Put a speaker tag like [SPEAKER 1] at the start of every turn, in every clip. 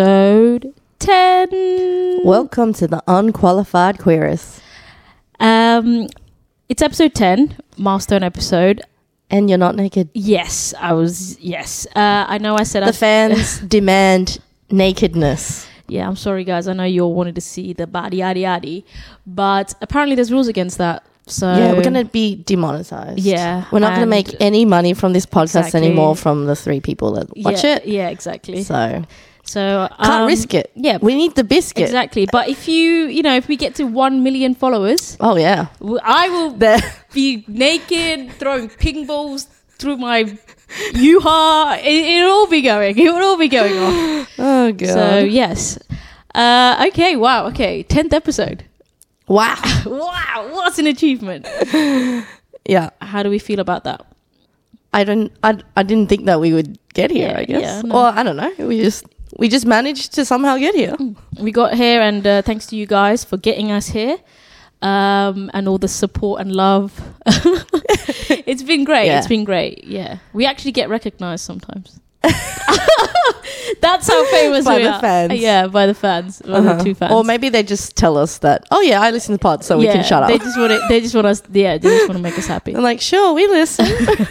[SPEAKER 1] episode 10.
[SPEAKER 2] Welcome to the unqualified querist.
[SPEAKER 1] Um, it's episode 10, milestone episode.
[SPEAKER 2] And you're not naked.
[SPEAKER 1] Yes, I was, yes. Uh, I know I said I,
[SPEAKER 2] The fans demand nakedness.
[SPEAKER 1] yeah, I'm sorry guys. I know you all wanted to see the body yaddy yaddy, but apparently there's rules against that. So
[SPEAKER 2] yeah, we're going to be demonetized.
[SPEAKER 1] Yeah,
[SPEAKER 2] We're not going to
[SPEAKER 1] and-
[SPEAKER 2] make any money from this podcast
[SPEAKER 1] Exactly.
[SPEAKER 2] anymore from the three people that watch
[SPEAKER 1] yeah,
[SPEAKER 2] it.
[SPEAKER 1] Yeah, exactly.
[SPEAKER 2] So,
[SPEAKER 1] So,
[SPEAKER 2] can't
[SPEAKER 1] um,
[SPEAKER 2] risk it.
[SPEAKER 1] Yeah,
[SPEAKER 2] We need the biscuit.
[SPEAKER 1] exactly. But if you, you know, if we get to 1 million followers,
[SPEAKER 2] Oh, yeah.
[SPEAKER 1] w- I will
[SPEAKER 2] The-
[SPEAKER 1] be naked, throwing ping balls through my yuha. It, it'll all be going. It will all be going on.
[SPEAKER 2] oh, God.
[SPEAKER 1] So yes. Uh, okay. Wow. Okay. Tenth episode.
[SPEAKER 2] wow.
[SPEAKER 1] Wow. What an achievement.
[SPEAKER 2] Yeah.
[SPEAKER 1] How do we feel about that?
[SPEAKER 2] I don't. I, I didn't think that we would get here.
[SPEAKER 1] Yeah,
[SPEAKER 2] I guess,
[SPEAKER 1] yeah, no.
[SPEAKER 2] or I don't know. We just we just managed to somehow get here.
[SPEAKER 1] We got here, and uh, thanks to you guys for getting us here. Um, and all the support and love. it's been great.
[SPEAKER 2] Yeah.
[SPEAKER 1] It's been great. Yeah. We actually get recognized sometimes. That's how famous
[SPEAKER 2] By
[SPEAKER 1] we
[SPEAKER 2] the
[SPEAKER 1] are.
[SPEAKER 2] fans.
[SPEAKER 1] Yeah, by the fans. By the
[SPEAKER 2] Uh-huh.
[SPEAKER 1] two fans.
[SPEAKER 2] Or maybe they just tell us that. Oh yeah, I listen to pod, so we
[SPEAKER 1] Yeah,
[SPEAKER 2] can shut up.
[SPEAKER 1] They just want to. They just want us. Yeah, they just want to make us happy.
[SPEAKER 2] I'm like, sure, we listen.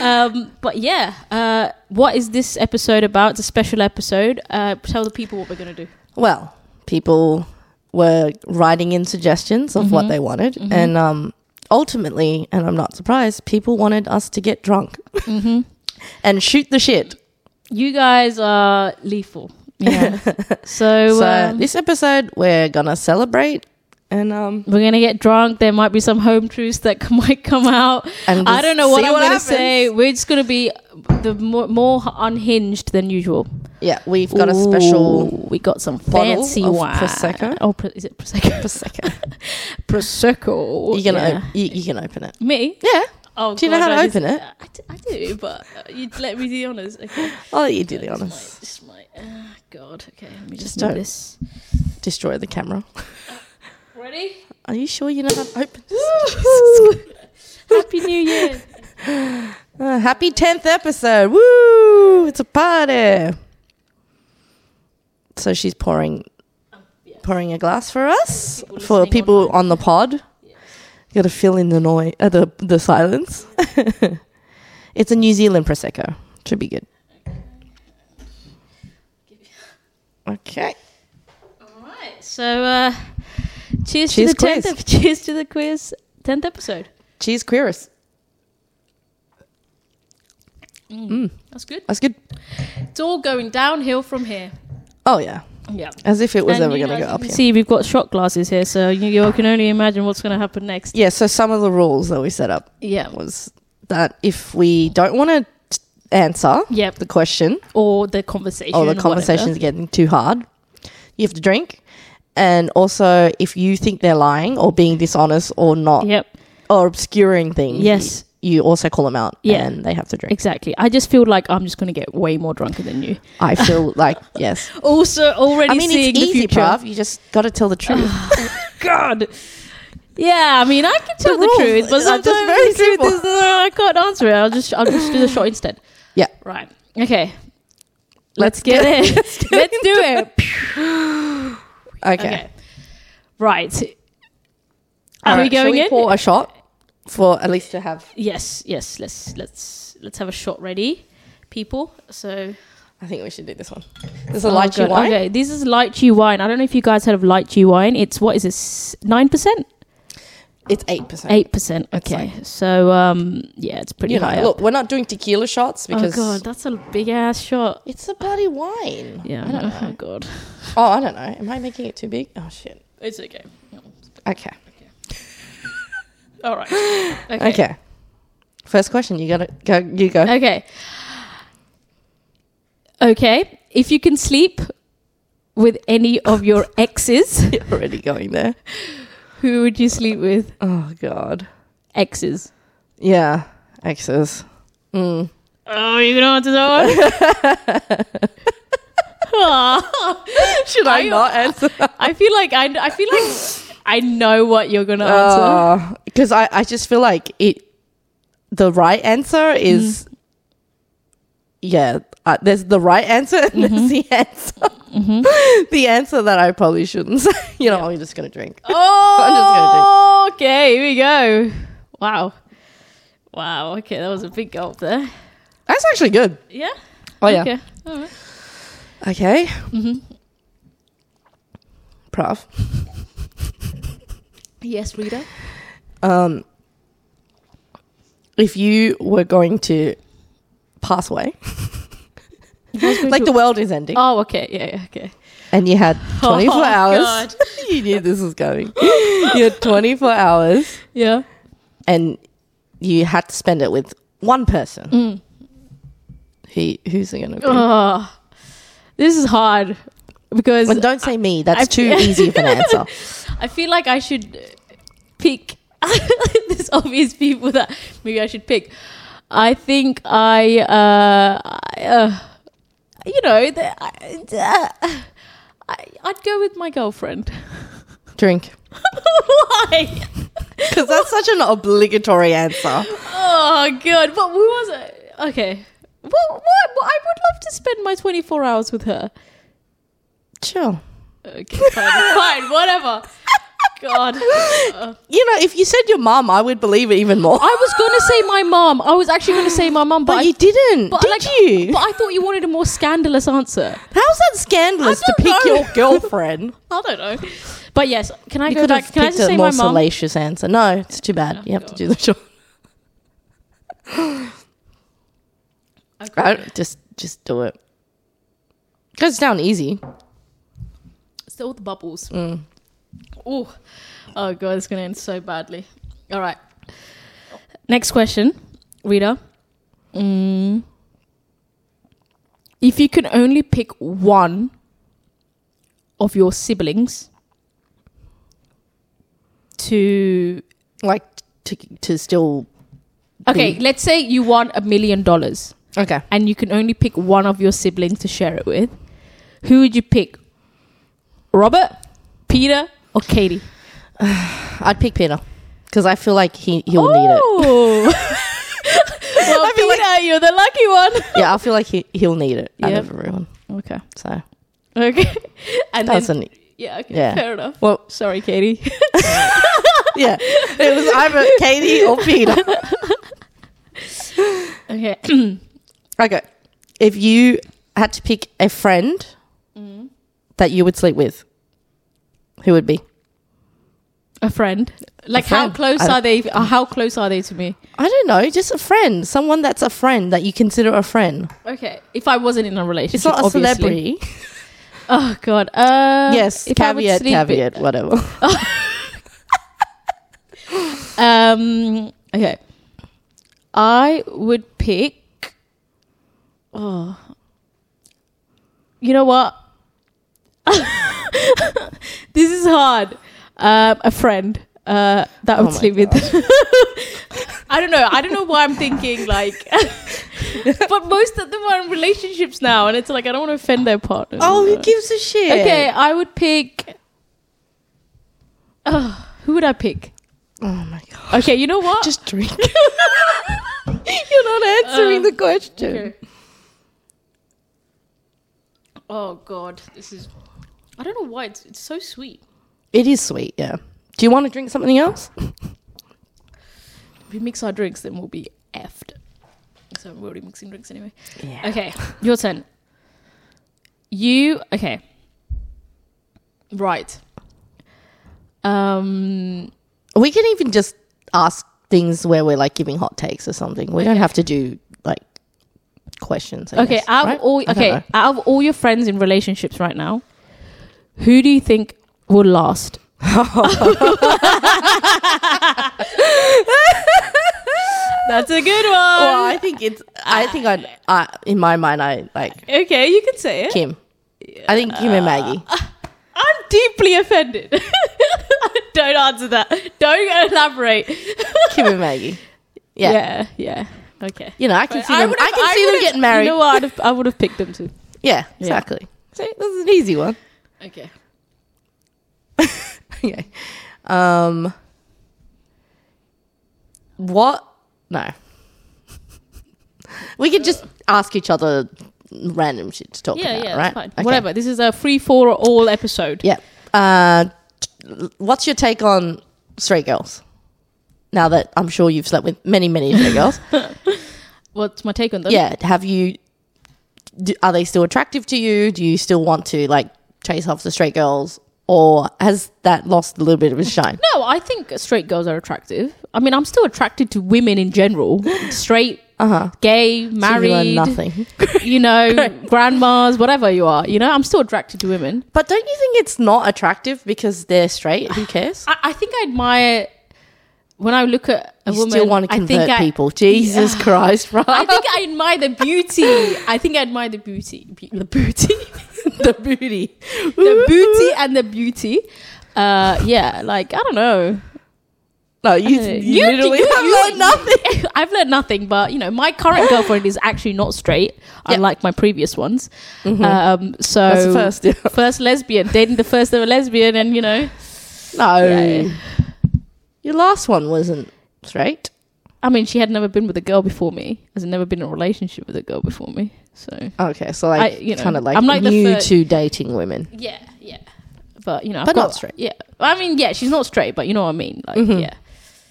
[SPEAKER 1] Um, but yeah, uh, what is this episode about? It's a special episode. Uh, tell the people what we're gonna do.
[SPEAKER 2] well, people were writing in suggestions of
[SPEAKER 1] Mm-hmm.
[SPEAKER 2] what they wanted, and um, ultimately, and I'm not surprised, people wanted us to get drunk and shoot the shit.
[SPEAKER 1] You guys are lethal. Yeah. so
[SPEAKER 2] So
[SPEAKER 1] um,
[SPEAKER 2] this episode, we're gonna celebrate and um,
[SPEAKER 1] we're gonna get drunk. There might be some home truths that c- might come out.
[SPEAKER 2] and
[SPEAKER 1] I
[SPEAKER 2] just
[SPEAKER 1] don't know what
[SPEAKER 2] see
[SPEAKER 1] I'm gonna
[SPEAKER 2] happens.
[SPEAKER 1] say. We're just gonna be the more, more unhinged than usual.
[SPEAKER 2] Yeah, we've got a special
[SPEAKER 1] Ooh, We got some
[SPEAKER 2] bottle
[SPEAKER 1] fancy
[SPEAKER 2] of
[SPEAKER 1] wine.
[SPEAKER 2] Prosecco.
[SPEAKER 1] Oh, pro- is it prosecco?
[SPEAKER 2] prosecco.
[SPEAKER 1] prosecco.
[SPEAKER 2] You can
[SPEAKER 1] Yeah.
[SPEAKER 2] op- you, you can open it.
[SPEAKER 1] me?
[SPEAKER 2] Yeah,
[SPEAKER 1] Oh,
[SPEAKER 2] Do you know
[SPEAKER 1] God,
[SPEAKER 2] how to
[SPEAKER 1] I just-
[SPEAKER 2] open it?
[SPEAKER 1] I d- I do, but uh, you'd let me do the honors. Okay.
[SPEAKER 2] I'll let you do the
[SPEAKER 1] Just
[SPEAKER 2] honors.
[SPEAKER 1] my- Just my, ah, God. Okay, let me
[SPEAKER 2] Just
[SPEAKER 1] just, do
[SPEAKER 2] don't.
[SPEAKER 1] this.
[SPEAKER 2] Destroy the camera.
[SPEAKER 1] Ready?
[SPEAKER 2] Are you sure you know how to open this?
[SPEAKER 1] Woo! Happy New Year.
[SPEAKER 2] Uh, happy tenth episode! Woo! It's a party. So she's pouring, pouring a glass for us
[SPEAKER 1] People
[SPEAKER 2] for
[SPEAKER 1] listening
[SPEAKER 2] people
[SPEAKER 1] online.
[SPEAKER 2] on the pod. Got to fill in the noise, uh, the the silence. it's a New Zealand prosecco. Should be good. Okay.
[SPEAKER 1] All right. So, uh, cheers, to the
[SPEAKER 2] Cheers,
[SPEAKER 1] tenth.
[SPEAKER 2] quiz.
[SPEAKER 1] ep- cheers to the quiz. Tenth episode.
[SPEAKER 2] Cheers, queerest.
[SPEAKER 1] That's good.
[SPEAKER 2] That's good.
[SPEAKER 1] It's all going downhill from here.
[SPEAKER 2] Oh yeah,
[SPEAKER 1] Yeah.
[SPEAKER 2] as if it was
[SPEAKER 1] And
[SPEAKER 2] ever
[SPEAKER 1] you
[SPEAKER 2] going to
[SPEAKER 1] guys
[SPEAKER 2] go up
[SPEAKER 1] can
[SPEAKER 2] here.
[SPEAKER 1] See, we've got shot glasses here, so you, you can only imagine what's going to happen next.
[SPEAKER 2] Yeah. So some of the rules that we set up
[SPEAKER 1] Yeah.
[SPEAKER 2] was that if we don't want to answer
[SPEAKER 1] Yep.
[SPEAKER 2] the question
[SPEAKER 1] Or the conversation.
[SPEAKER 2] or Oh, the
[SPEAKER 1] whatever.
[SPEAKER 2] conversation's getting too hard, you have to drink. And also, if you think they're lying or being dishonest or not
[SPEAKER 1] Yep.
[SPEAKER 2] or obscuring things,
[SPEAKER 1] Yes.
[SPEAKER 2] you, you also call them out
[SPEAKER 1] Yeah.
[SPEAKER 2] and they have to drink.
[SPEAKER 1] Exactly. I just feel like I'm just going to get way more drunker than you.
[SPEAKER 2] I feel like yes.
[SPEAKER 1] Also, already
[SPEAKER 2] I mean,
[SPEAKER 1] seeing
[SPEAKER 2] it's
[SPEAKER 1] the
[SPEAKER 2] easy,
[SPEAKER 1] future.
[SPEAKER 2] bruv. You just got to tell the truth.
[SPEAKER 1] God. Yeah, I mean, I can tell the,
[SPEAKER 2] rules
[SPEAKER 1] truth,
[SPEAKER 2] are
[SPEAKER 1] but
[SPEAKER 2] just
[SPEAKER 1] sometimes
[SPEAKER 2] very
[SPEAKER 1] the truth
[SPEAKER 2] simple.
[SPEAKER 1] is uh, I can't answer it. I'll just I'll just do the shot instead.
[SPEAKER 2] Yeah.
[SPEAKER 1] Right. Okay. Let's
[SPEAKER 2] Let's
[SPEAKER 1] get
[SPEAKER 2] get-
[SPEAKER 1] it. Let's, do it.
[SPEAKER 2] okay.
[SPEAKER 1] Okay. Right.
[SPEAKER 2] All
[SPEAKER 1] Are we
[SPEAKER 2] right, shall
[SPEAKER 1] going in?
[SPEAKER 2] pour a shot for at least to have.
[SPEAKER 1] yes. Yes. Let's let's let's have a shot ready, people. So
[SPEAKER 2] I think we should do this one. There's a
[SPEAKER 1] Oh,
[SPEAKER 2] lychee
[SPEAKER 1] God.
[SPEAKER 2] wine.
[SPEAKER 1] Okay, this is lychee wine. I don't know if you guys heard of lychee wine. It's what is this? Nine percent,
[SPEAKER 2] It's eight percent.
[SPEAKER 1] eight percent.
[SPEAKER 2] It's
[SPEAKER 1] Okay, so um, yeah, it's pretty
[SPEAKER 2] You
[SPEAKER 1] high.
[SPEAKER 2] know,
[SPEAKER 1] up.
[SPEAKER 2] look, we're not doing tequila shots because
[SPEAKER 1] oh god, that's a big ass shot.
[SPEAKER 2] It's a bloody wine.
[SPEAKER 1] Yeah.
[SPEAKER 2] I don't
[SPEAKER 1] Oh
[SPEAKER 2] know.
[SPEAKER 1] god.
[SPEAKER 2] Oh, I don't know. Am I making it too big? Oh shit.
[SPEAKER 1] It's okay.
[SPEAKER 2] Okay.
[SPEAKER 1] All right. Okay.
[SPEAKER 2] Okay. First question. You gotta go. You go.
[SPEAKER 1] Okay. Okay. If you can sleep with any of your exes,
[SPEAKER 2] You're already going there.
[SPEAKER 1] who would you sleep with?
[SPEAKER 2] Oh god.
[SPEAKER 1] Exes.
[SPEAKER 2] Yeah. Exes. Mm.
[SPEAKER 1] Oh, you gonna answer that one? Aw.
[SPEAKER 2] Should I,
[SPEAKER 1] I-
[SPEAKER 2] not answer?
[SPEAKER 1] I feel like I, I feel like I know what you're gonna
[SPEAKER 2] Oh,
[SPEAKER 1] answer.
[SPEAKER 2] Because I, I just feel Mm-hmm. like it. The right answer is. Yeah, uh, there's the right answer and there's the answer. the answer that I probably shouldn't say. You know, I'm just gonna drink.
[SPEAKER 1] Oh, okay. Here we go. Wow. Wow. Okay, that was a big gulp there.
[SPEAKER 2] That's actually good.
[SPEAKER 1] Yeah.
[SPEAKER 2] Oh yeah.
[SPEAKER 1] Okay. All right.
[SPEAKER 2] Okay.
[SPEAKER 1] Mm-hmm.
[SPEAKER 2] Prof.
[SPEAKER 1] Yes, reader.
[SPEAKER 2] Um, if you were going to pass away, like the world is ending,
[SPEAKER 1] Oh, okay. Yeah. yeah okay.
[SPEAKER 2] and you had 24
[SPEAKER 1] Oh,
[SPEAKER 2] hours,
[SPEAKER 1] God.
[SPEAKER 2] you knew this was going. you had 24 hours,
[SPEAKER 1] Yeah.
[SPEAKER 2] and you had to spend it with one person. Who, who's it going to be?
[SPEAKER 1] Mm. Oh, this is hard because
[SPEAKER 2] and don't say me. That's
[SPEAKER 1] I-
[SPEAKER 2] too easy of an answer.
[SPEAKER 1] I feel like I should uh, pick. There's obvious people that maybe I should pick. I think I, uh, I, uh you know, the, I, uh, I, I'd go with my girlfriend.
[SPEAKER 2] Drink.
[SPEAKER 1] Why?
[SPEAKER 2] Because that's such an obligatory answer.
[SPEAKER 1] Oh god! But who was it? Okay. What? What? what- I would love to spend my 24 hours with her.
[SPEAKER 2] Sure.
[SPEAKER 1] Okay, fine, fine, whatever. God. Uh,
[SPEAKER 2] You know, if you said your mum, I would believe it even more.
[SPEAKER 1] I was gonna say my mom. I was actually gonna say my mom, but,
[SPEAKER 2] but
[SPEAKER 1] I-
[SPEAKER 2] you didn't,
[SPEAKER 1] but
[SPEAKER 2] did
[SPEAKER 1] like,
[SPEAKER 2] you?
[SPEAKER 1] But I thought you wanted a more scandalous answer.
[SPEAKER 2] How's that scandalous
[SPEAKER 1] I
[SPEAKER 2] to
[SPEAKER 1] don't
[SPEAKER 2] pick
[SPEAKER 1] know.
[SPEAKER 2] your girlfriend?
[SPEAKER 1] I don't know. But yes, can I
[SPEAKER 2] you
[SPEAKER 1] go
[SPEAKER 2] could
[SPEAKER 1] back?
[SPEAKER 2] have
[SPEAKER 1] Can I
[SPEAKER 2] picked
[SPEAKER 1] just
[SPEAKER 2] a
[SPEAKER 1] say
[SPEAKER 2] more
[SPEAKER 1] my mom?
[SPEAKER 2] salacious answer. No, it's too bad. You have to do the job.
[SPEAKER 1] Okay.
[SPEAKER 2] Right? Just, just do it. Goes down easy.
[SPEAKER 1] Still the bubbles. Oh, oh god, it's gonna end so badly. All right. Next question, Rita. Mm. If you could only pick one of your siblings to
[SPEAKER 2] Like to to still.
[SPEAKER 1] okay,
[SPEAKER 2] Mm.
[SPEAKER 1] let's say you won a million dollars
[SPEAKER 2] Okay.
[SPEAKER 1] and you can only pick one of your siblings to share it with, who would you pick? Robert, Peter, or Katie?
[SPEAKER 2] I'd pick Peter because I feel like he he'll need it.
[SPEAKER 1] Oh. well,
[SPEAKER 2] I feel like-
[SPEAKER 1] Peter, you're the lucky one.
[SPEAKER 2] Yeah, I feel like he he'll need it out
[SPEAKER 1] Yep.
[SPEAKER 2] of everyone.
[SPEAKER 1] Okay.
[SPEAKER 2] So
[SPEAKER 1] Okay. And
[SPEAKER 2] that's
[SPEAKER 1] then,
[SPEAKER 2] an
[SPEAKER 1] yeah, okay,
[SPEAKER 2] yeah.
[SPEAKER 1] fair enough.
[SPEAKER 2] well.
[SPEAKER 1] Sorry, Katie.
[SPEAKER 2] Yeah, it was either Katie or Peter.
[SPEAKER 1] okay.
[SPEAKER 2] Okay. If you had to pick a friend Mm. that you would sleep with, who would be?
[SPEAKER 1] A friend. Like how
[SPEAKER 2] friend.
[SPEAKER 1] close
[SPEAKER 2] I-
[SPEAKER 1] are they uh, how close are they to me?
[SPEAKER 2] I don't know, just a friend. Someone that's a friend that you consider a friend.
[SPEAKER 1] Okay. If I wasn't in a relationship.
[SPEAKER 2] It's not a
[SPEAKER 1] obviously.
[SPEAKER 2] celebrity.
[SPEAKER 1] Oh god. Uh
[SPEAKER 2] yes,
[SPEAKER 1] if I would
[SPEAKER 2] caveat,
[SPEAKER 1] sleep-
[SPEAKER 2] caveat, whatever.
[SPEAKER 1] Um okay. I would pick Oh. You know what? this is hard. Um, a friend uh, that I would
[SPEAKER 2] Oh my
[SPEAKER 1] sleep with. I don't know. I don't know why I'm thinking like. but most of them are in relationships now, and it's like I don't want to offend their partner.
[SPEAKER 2] Oh, gives a shit?
[SPEAKER 1] okay. I would pick. Ugh, who would I pick?
[SPEAKER 2] Oh my god.
[SPEAKER 1] Okay, you know what?
[SPEAKER 2] Just drink. You're not answering
[SPEAKER 1] Um,
[SPEAKER 2] the question.
[SPEAKER 1] Oh god, this is. I don't know why it's it's so sweet.
[SPEAKER 2] It is sweet, yeah. Do you want to drink something else?
[SPEAKER 1] If we mix our drinks, then we'll be effed. So we're already mixing drinks anyway.
[SPEAKER 2] Yeah.
[SPEAKER 1] Okay, your turn. You okay? Right. Um.
[SPEAKER 2] We can even just ask things where we're like giving hot takes or something. We don't have to do like questions. I
[SPEAKER 1] Okay.
[SPEAKER 2] guess,
[SPEAKER 1] Out
[SPEAKER 2] right?
[SPEAKER 1] of all
[SPEAKER 2] I don't
[SPEAKER 1] okay,
[SPEAKER 2] know.
[SPEAKER 1] out of all your friends in relationships right now, who do you think will last? That's a good one.
[SPEAKER 2] Well, I think it's. I think I'd, I. In my mind, I like
[SPEAKER 1] okay, you can say it.
[SPEAKER 2] Kim. I think Kim and Maggie.
[SPEAKER 1] I'm deeply offended. Don't answer that. Don't elaborate.
[SPEAKER 2] Kim and Maggie. Yeah.
[SPEAKER 1] yeah, yeah. Okay.
[SPEAKER 2] You know, I can see them.
[SPEAKER 1] would've-
[SPEAKER 2] I can see them
[SPEAKER 1] would've-
[SPEAKER 2] getting married.
[SPEAKER 1] You know what? I'd have, I would have picked them too.
[SPEAKER 2] yeah, exactly. See, this is an easy one.
[SPEAKER 1] Okay.
[SPEAKER 2] okay. Um. What? No. We could just ask each other random shit to talk
[SPEAKER 1] yeah,
[SPEAKER 2] about,
[SPEAKER 1] yeah,
[SPEAKER 2] right?
[SPEAKER 1] it's fine.
[SPEAKER 2] Okay.
[SPEAKER 1] Whatever. This is a free for all episode.
[SPEAKER 2] Yeah. Uh, t- what's your take on straight girls? Now that I'm sure you've slept with many, many straight girls,
[SPEAKER 1] What's my take on that?
[SPEAKER 2] yeah. Have you? Do, are they still attractive to you? Do you still want to like chase after straight girls, or has that lost a little bit of its shine?
[SPEAKER 1] No, I think straight girls are attractive. I mean, I'm still attracted to women in general. Straight, gay,
[SPEAKER 2] Uh-huh. So you are
[SPEAKER 1] married,
[SPEAKER 2] nothing.
[SPEAKER 1] you know, grandmas, whatever you are. You know, I'm still attracted to women.
[SPEAKER 2] But don't you think it's not attractive because they're straight? Who cares?
[SPEAKER 1] I, I think I admire when I look at a
[SPEAKER 2] you
[SPEAKER 1] woman.
[SPEAKER 2] still want to
[SPEAKER 1] I
[SPEAKER 2] convert
[SPEAKER 1] think I-
[SPEAKER 2] people? Jesus Christ, right?
[SPEAKER 1] I think I admire the beauty. I think I admire the beauty, be- the beauty,
[SPEAKER 2] the booty,
[SPEAKER 1] the beauty, and the beauty. Uh, yeah, like I don't know.
[SPEAKER 2] No, you, you,
[SPEAKER 1] Uh,
[SPEAKER 2] literally
[SPEAKER 1] you-
[SPEAKER 2] have
[SPEAKER 1] you-
[SPEAKER 2] learned nothing.
[SPEAKER 1] I've learned nothing, but you know, my current girlfriend is actually not straight, unlike my previous ones. Um, so
[SPEAKER 2] Mm-hmm. That's the first, yeah.
[SPEAKER 1] first lesbian, dating the first ever lesbian, and you know,
[SPEAKER 2] No.
[SPEAKER 1] Yeah.
[SPEAKER 2] Your last one wasn't straight.
[SPEAKER 1] I mean, she had never been with a girl before me. Has never been in a relationship with a girl before me. So
[SPEAKER 2] Okay, so like
[SPEAKER 1] I- you know,
[SPEAKER 2] kind of like,
[SPEAKER 1] I'm like the
[SPEAKER 2] new
[SPEAKER 1] third-
[SPEAKER 2] to dating women.
[SPEAKER 1] yeah, yeah, but you know, I've
[SPEAKER 2] But
[SPEAKER 1] got-
[SPEAKER 2] not straight.
[SPEAKER 1] Yeah, I mean, yeah, she's not straight, but you know what I mean. Like,
[SPEAKER 2] Mhm.
[SPEAKER 1] yeah,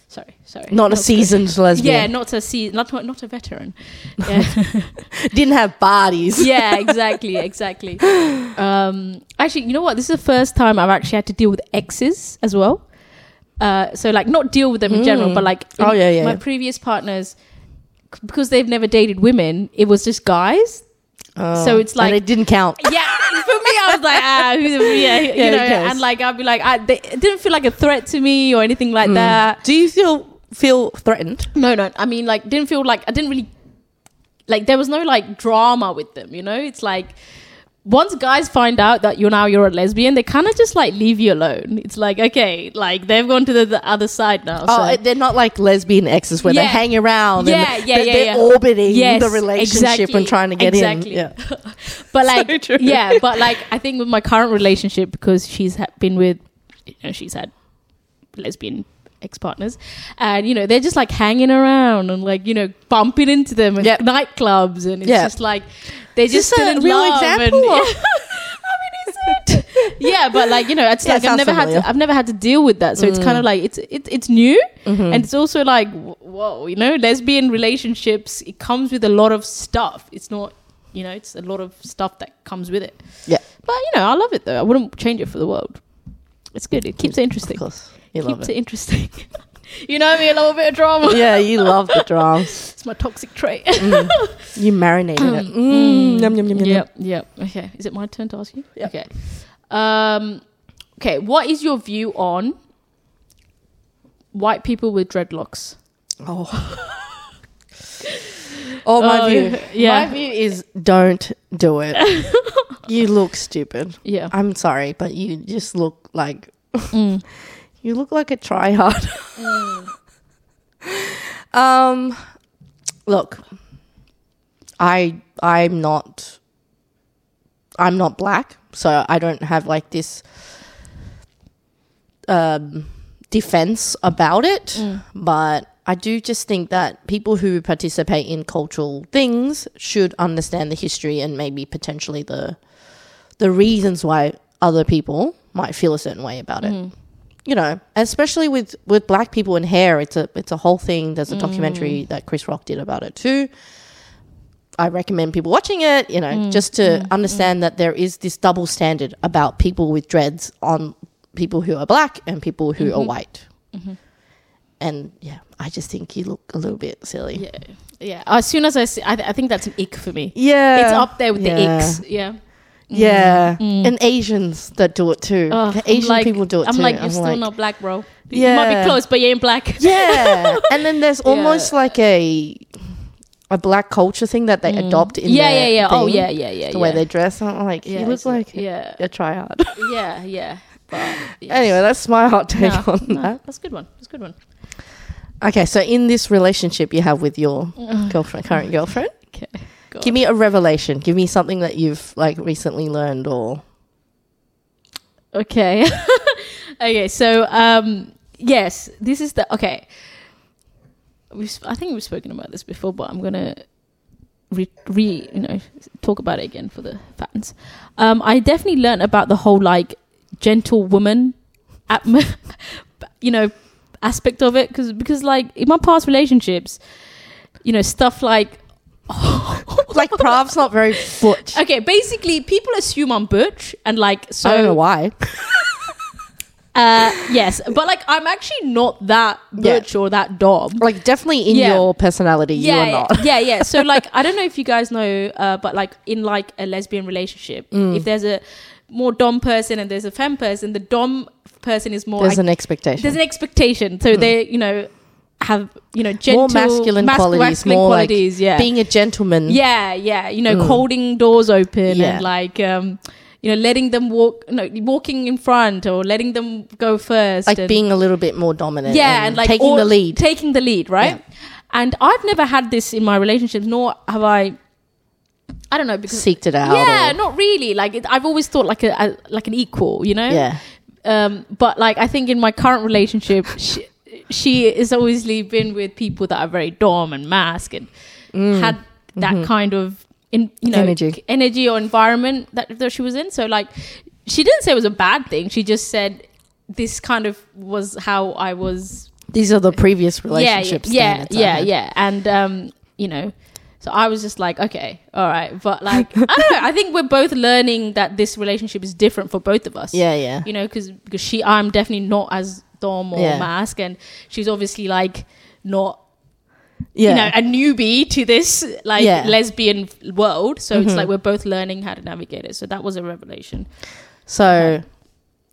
[SPEAKER 1] sorry, sorry,
[SPEAKER 2] Not a
[SPEAKER 1] straight.
[SPEAKER 2] seasoned
[SPEAKER 1] Yeah,
[SPEAKER 2] lesbian.
[SPEAKER 1] not a season, not not a veteran. Yeah.
[SPEAKER 2] Didn't have bodies.
[SPEAKER 1] yeah, exactly, exactly. Um, actually, you know what? This is the first time I've actually had to deal with exes as well. Uh, so, like, not deal with them in general,
[SPEAKER 2] Mm.
[SPEAKER 1] but like,
[SPEAKER 2] Oh,
[SPEAKER 1] in
[SPEAKER 2] yeah, yeah,
[SPEAKER 1] my
[SPEAKER 2] yeah.
[SPEAKER 1] previous partners, c- because they've never dated women, it was just guys.
[SPEAKER 2] Oh,
[SPEAKER 1] So it's like-
[SPEAKER 2] and it didn't count.
[SPEAKER 1] Yeah, for me, I was like, ah, who's yeah, you
[SPEAKER 2] who
[SPEAKER 1] know,
[SPEAKER 2] cares?
[SPEAKER 1] and like, I'd be like, I, they, it didn't feel like a threat to me or anything
[SPEAKER 2] Hmm.
[SPEAKER 1] like that.
[SPEAKER 2] Do you feel feel threatened?
[SPEAKER 1] No, no. I mean, like, didn't feel like I didn't really like. There was no like drama with them. You know, it's like once guys find out that you're now you're a lesbian, they kind of just like leave you alone. It's like okay, like they've gone to the, the other side now.
[SPEAKER 2] Oh,
[SPEAKER 1] so.
[SPEAKER 2] it- they're not like lesbian exes where they
[SPEAKER 1] Yeah.
[SPEAKER 2] hang around
[SPEAKER 1] Yeah,
[SPEAKER 2] and
[SPEAKER 1] yeah,
[SPEAKER 2] they're,
[SPEAKER 1] yeah,
[SPEAKER 2] they're
[SPEAKER 1] yeah.
[SPEAKER 2] orbiting
[SPEAKER 1] Yes,
[SPEAKER 2] the relationship
[SPEAKER 1] exactly,
[SPEAKER 2] and trying to get
[SPEAKER 1] exactly.
[SPEAKER 2] in. Yeah.
[SPEAKER 1] but
[SPEAKER 2] So
[SPEAKER 1] like
[SPEAKER 2] true.
[SPEAKER 1] yeah but like i think with my current relationship because she's ha- been with you know she's had lesbian ex-partners and you know they're just like hanging around and like you know bumping into them at
[SPEAKER 2] Yep.
[SPEAKER 1] nightclubs and it's
[SPEAKER 2] Yeah.
[SPEAKER 1] just like they're
[SPEAKER 2] Is
[SPEAKER 1] just
[SPEAKER 2] this
[SPEAKER 1] still
[SPEAKER 2] a
[SPEAKER 1] in
[SPEAKER 2] real
[SPEAKER 1] love
[SPEAKER 2] example
[SPEAKER 1] and,
[SPEAKER 2] or-
[SPEAKER 1] I mean, is it? yeah but like you know it's
[SPEAKER 2] Yeah,
[SPEAKER 1] like
[SPEAKER 2] it
[SPEAKER 1] i've
[SPEAKER 2] sounds
[SPEAKER 1] never had
[SPEAKER 2] familiar. Mm.
[SPEAKER 1] to, i've never had to deal with that so it's kind of like it's it, it's new
[SPEAKER 2] Mm-hmm.
[SPEAKER 1] and it's also like w- whoa you know lesbian relationships it comes with a lot of stuff it's not you know it's a lot of stuff that comes with it
[SPEAKER 2] Yeah.
[SPEAKER 1] but you know i love it though i wouldn't change it for the world it's good it keeps it
[SPEAKER 2] Of
[SPEAKER 1] interesting
[SPEAKER 2] course. You
[SPEAKER 1] keeps
[SPEAKER 2] love
[SPEAKER 1] it.
[SPEAKER 2] it.
[SPEAKER 1] interesting you know me i love a bit of drama
[SPEAKER 2] yeah, you love the drama.
[SPEAKER 1] it's my toxic trait
[SPEAKER 2] You marinate in it. Mm, yum, yum, yum, yum, yum.
[SPEAKER 1] yep yep okay is it my turn to ask you
[SPEAKER 2] Yep.
[SPEAKER 1] okay um okay what is your view on white people with dreadlocks
[SPEAKER 2] Oh. oh, my
[SPEAKER 1] Oh,
[SPEAKER 2] view.
[SPEAKER 1] yeah.
[SPEAKER 2] My view is don't do it. you look stupid.
[SPEAKER 1] yeah
[SPEAKER 2] I'm sorry, but you just look like
[SPEAKER 1] Mm.
[SPEAKER 2] you look like a tryhard. um look. I I'm not I'm not black, so I don't have like this um defense about it
[SPEAKER 1] Mm.
[SPEAKER 2] but I do just think that people who participate in cultural things should understand the history and maybe potentially the the reasons why other people might feel a certain way about it.
[SPEAKER 1] Mm.
[SPEAKER 2] You know, especially with with black people and hair, it's a it's a whole thing. There's a documentary
[SPEAKER 1] Mm.
[SPEAKER 2] that Chris Rock did about it too. I recommend people watching it, you know,
[SPEAKER 1] Mm.
[SPEAKER 2] just to understand that there is this double standard about people with dreads on people who are black and people who
[SPEAKER 1] Mm-hmm.
[SPEAKER 2] are white and yeah, I just think you look a little bit silly.
[SPEAKER 1] yeah yeah as soon as i see i, th- I think that's an ick for me
[SPEAKER 2] Yeah,
[SPEAKER 1] it's up there with
[SPEAKER 2] Yeah.
[SPEAKER 1] the icks yeah
[SPEAKER 2] Yeah, and Asians that do it too.
[SPEAKER 1] Ugh, I'm
[SPEAKER 2] Asian
[SPEAKER 1] like-
[SPEAKER 2] people do it
[SPEAKER 1] I'm
[SPEAKER 2] too.
[SPEAKER 1] like, you're still not black, bro. You might
[SPEAKER 2] Yeah.
[SPEAKER 1] be close, but you ain't black.
[SPEAKER 2] yeah, and then there's
[SPEAKER 1] Yeah.
[SPEAKER 2] almost like a a black culture thing that they adopt in
[SPEAKER 1] Mm. yeah, yeah,
[SPEAKER 2] their
[SPEAKER 1] yeah. Oh,
[SPEAKER 2] thing,
[SPEAKER 1] yeah, yeah, yeah.
[SPEAKER 2] the way
[SPEAKER 1] yeah.
[SPEAKER 2] they dress. I'm like,
[SPEAKER 1] Yeah,
[SPEAKER 2] you look
[SPEAKER 1] it's-
[SPEAKER 2] like
[SPEAKER 1] yeah,
[SPEAKER 2] a tryhard.
[SPEAKER 1] yeah, yeah. But, yeah.
[SPEAKER 2] anyway, that's my hot
[SPEAKER 1] No,
[SPEAKER 2] take on
[SPEAKER 1] no,
[SPEAKER 2] that.
[SPEAKER 1] that's a good one. That's a good one.
[SPEAKER 2] Okay, so in this relationship you have with your girlfriend, current girlfriend,
[SPEAKER 1] Okay, Oh God.
[SPEAKER 2] give me a revelation. Give me something that you've like recently learned or
[SPEAKER 1] Okay. okay. So, um, yes, this is the okay. We've, sp- I think we've spoken about this before, but I'm gonna re, re you know talk about it again for the fans. Um, I definitely learned about the whole like gentle woman, atm- you know, aspect of it because because like in my past relationships, you know, stuff like
[SPEAKER 2] like Prav's not very butch.
[SPEAKER 1] okay, basically people assume I'm butch and like so
[SPEAKER 2] I don't know why.
[SPEAKER 1] Uh, yes, but like I'm actually not that
[SPEAKER 2] Yeah.
[SPEAKER 1] butch or that dom.
[SPEAKER 2] Like definitely in
[SPEAKER 1] Yeah.
[SPEAKER 2] your personality,
[SPEAKER 1] yeah,
[SPEAKER 2] you are
[SPEAKER 1] yeah,
[SPEAKER 2] not.
[SPEAKER 1] yeah, yeah. So like, I don't know if you guys know, uh, but like in like a lesbian relationship,
[SPEAKER 2] Mm.
[SPEAKER 1] if there's a more dom person and there's a femme person, the dom person is more
[SPEAKER 2] There's
[SPEAKER 1] like,
[SPEAKER 2] an expectation. Hmm.
[SPEAKER 1] there's an expectation. So they, you know, have you know gentle
[SPEAKER 2] more masculine
[SPEAKER 1] mas-
[SPEAKER 2] qualities,
[SPEAKER 1] masculine
[SPEAKER 2] more
[SPEAKER 1] qualities,
[SPEAKER 2] like
[SPEAKER 1] yeah,
[SPEAKER 2] being a gentleman.
[SPEAKER 1] yeah, yeah. You know, holding doors open
[SPEAKER 2] Yeah.
[SPEAKER 1] and like. um you know, letting them walk, no, walking in front or letting them go first.
[SPEAKER 2] Like
[SPEAKER 1] and-
[SPEAKER 2] being a little bit more dominant.
[SPEAKER 1] yeah, and like
[SPEAKER 2] taking
[SPEAKER 1] or-
[SPEAKER 2] the lead.
[SPEAKER 1] taking the lead, right? And I've never had this in my relationships, nor have I. I don't know because
[SPEAKER 2] Seeked it out.
[SPEAKER 1] yeah,
[SPEAKER 2] or-
[SPEAKER 1] not really. Like it, I've always thought like a, a like an equal, you know.
[SPEAKER 2] yeah.
[SPEAKER 1] Um, but like I think in my current relationship, she, she has obviously been with people that are very dom and mask and had that kind of in you know
[SPEAKER 2] Mm. Mm-hmm. Energy.
[SPEAKER 1] energy or environment that, that she was in. So like she didn't say it was a bad thing. She just said this kind of was how I was
[SPEAKER 2] These are the previous relationships.
[SPEAKER 1] yeah,
[SPEAKER 2] standards I
[SPEAKER 1] yeah, yeah,
[SPEAKER 2] had.
[SPEAKER 1] yeah. And um, you know, so I was just like, okay, all right, but like, I don't know. I think we're both learning that this relationship is different for both of us.
[SPEAKER 2] Yeah, yeah.
[SPEAKER 1] you know, because because she, I'm definitely not as dom or
[SPEAKER 2] Yeah.
[SPEAKER 1] mask, and she's obviously like not
[SPEAKER 2] Yeah.
[SPEAKER 1] you know a newbie to this like
[SPEAKER 2] Yeah. Mm-hmm.
[SPEAKER 1] lesbian world. So it's like we're both learning how to navigate it. So that was a revelation.
[SPEAKER 2] so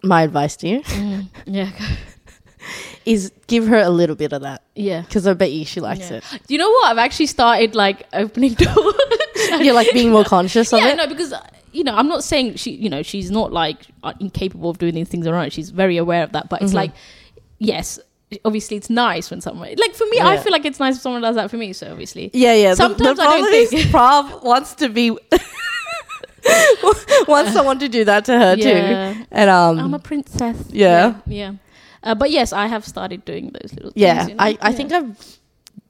[SPEAKER 2] my advice to you
[SPEAKER 1] Yeah,
[SPEAKER 2] is give her a little bit of that
[SPEAKER 1] yeah.
[SPEAKER 2] because I bet you she likes
[SPEAKER 1] Yeah. Do you know what? I've actually started like opening doors.
[SPEAKER 2] it. You're like being more conscious of
[SPEAKER 1] yeah,
[SPEAKER 2] it.
[SPEAKER 1] no, because uh, you know, I'm not saying she, you know, she's not like uh, incapable of doing these things on her own. She's very aware of that. But
[SPEAKER 2] Mm-hmm.
[SPEAKER 1] it's like, yes, obviously, it's nice when someone like for me, I
[SPEAKER 2] Yeah.
[SPEAKER 1] feel like it's nice if someone does that for me. So obviously,
[SPEAKER 2] Yeah, yeah. The-
[SPEAKER 1] Sometimes
[SPEAKER 2] the
[SPEAKER 1] I don't
[SPEAKER 2] problem
[SPEAKER 1] think-
[SPEAKER 2] is Prav wants to be wants someone to do that to her
[SPEAKER 1] Yeah. Oh
[SPEAKER 2] too. And um
[SPEAKER 1] I'm a princess.
[SPEAKER 2] Yeah.
[SPEAKER 1] yeah. yeah. Uh, but yes, I have started doing those little.
[SPEAKER 2] yeah,
[SPEAKER 1] things, you know?
[SPEAKER 2] I, I think I'm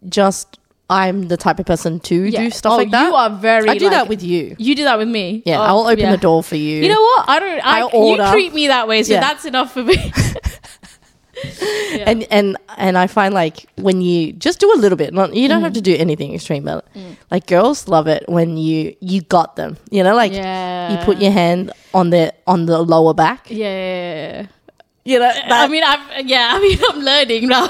[SPEAKER 2] just I'm the type of person to
[SPEAKER 1] Yeah.
[SPEAKER 2] do stuff
[SPEAKER 1] Oh,
[SPEAKER 2] like that.
[SPEAKER 1] You are very.
[SPEAKER 2] I do
[SPEAKER 1] like-
[SPEAKER 2] that with you.
[SPEAKER 1] You do that with me.
[SPEAKER 2] Yeah,
[SPEAKER 1] Oh,
[SPEAKER 2] I'll open
[SPEAKER 1] yeah.
[SPEAKER 2] the door for you.
[SPEAKER 1] You know what? I don't. I,
[SPEAKER 2] I'll order.
[SPEAKER 1] You treat me that way, so
[SPEAKER 2] Yeah.
[SPEAKER 1] that's enough for me. Yeah.
[SPEAKER 2] and and and I find like when you just do a little bit, not you don't
[SPEAKER 1] Mm.
[SPEAKER 2] have to do anything extreme, but like girls love it when you you got them. You know, like
[SPEAKER 1] yeah.
[SPEAKER 2] you put your hand on the on the lower back.
[SPEAKER 1] Yeah. yeah, yeah, yeah.
[SPEAKER 2] You know,
[SPEAKER 1] I
[SPEAKER 2] that-
[SPEAKER 1] mean, I'm yeah. I mean, I'm learning now.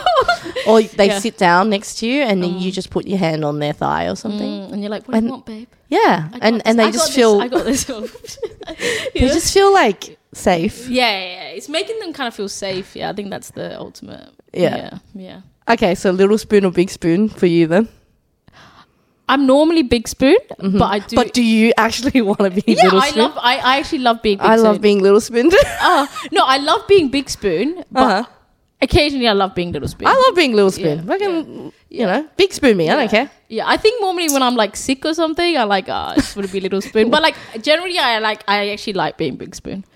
[SPEAKER 2] or they
[SPEAKER 1] Yeah.
[SPEAKER 2] sit down next to you and then you just put your hand on their thigh or something.
[SPEAKER 1] Mm, and you're like, what do
[SPEAKER 2] And-
[SPEAKER 1] you want, babe?
[SPEAKER 2] Yeah,
[SPEAKER 1] I got
[SPEAKER 2] and
[SPEAKER 1] this.
[SPEAKER 2] and
[SPEAKER 1] I
[SPEAKER 2] they
[SPEAKER 1] got
[SPEAKER 2] just
[SPEAKER 1] this.
[SPEAKER 2] feel
[SPEAKER 1] I got this. one." You
[SPEAKER 2] they
[SPEAKER 1] know?
[SPEAKER 2] just feel like safe.
[SPEAKER 1] yeah, yeah, yeah. It's making them kind of feel safe. Yeah, I think that's the ultimate.
[SPEAKER 2] Yeah.
[SPEAKER 1] yeah. yeah.
[SPEAKER 2] Okay, so little spoon or big spoon for you then.
[SPEAKER 1] I'm normally big spoon, but I do.
[SPEAKER 2] Mm-hmm. but do you actually want to be
[SPEAKER 1] yeah,
[SPEAKER 2] little
[SPEAKER 1] I
[SPEAKER 2] spoon?
[SPEAKER 1] love. I, I actually love being. Big
[SPEAKER 2] I
[SPEAKER 1] spoon.
[SPEAKER 2] love being little spoon.
[SPEAKER 1] Uh, no, I love being big spoon, but
[SPEAKER 2] Uh-huh.
[SPEAKER 1] occasionally I love being little spoon.
[SPEAKER 2] I love being little spoon.
[SPEAKER 1] Yeah,
[SPEAKER 2] Fucking, you know, big spoon me. I don't care.
[SPEAKER 1] Yeah, I think normally when I'm like sick or something, I like ah, I just want to be little spoon. But like generally, I like I actually like being big spoon. Yeah.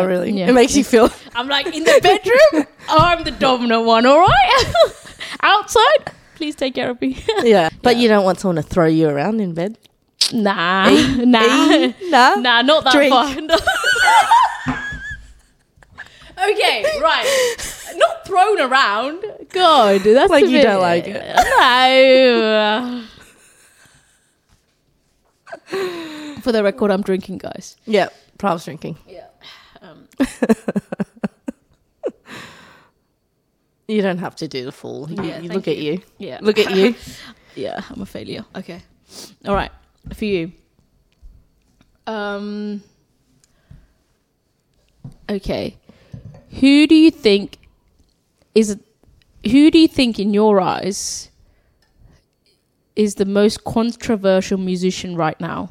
[SPEAKER 2] Oh really?
[SPEAKER 1] Yeah.
[SPEAKER 2] It makes you feel.
[SPEAKER 1] I'm like in the bedroom. Oh, I'm the dominant one. All right. Outside, please take care of me.
[SPEAKER 2] Yeah, but you don't want someone to throw you around in bed.
[SPEAKER 1] nah, nah,
[SPEAKER 2] Eh? Nah.
[SPEAKER 1] nah, not that
[SPEAKER 2] Drink.
[SPEAKER 1] far. No. okay, right. Not thrown around. God, that's
[SPEAKER 2] Like
[SPEAKER 1] a
[SPEAKER 2] you
[SPEAKER 1] bit-
[SPEAKER 2] don't like it.
[SPEAKER 1] No. For the record, I'm drinking, guys.
[SPEAKER 2] Yeah, Prav's drinking.
[SPEAKER 1] Yeah. Um,
[SPEAKER 2] You don't have to do the full. You,
[SPEAKER 1] Yeah,
[SPEAKER 2] you
[SPEAKER 1] thank
[SPEAKER 2] look at you.
[SPEAKER 1] yeah.
[SPEAKER 2] Look at you.
[SPEAKER 1] Yeah, I'm a failure. Okay. All right. For you. Um Okay. Who do you think is who do you think in your eyes is the most controversial musician right now?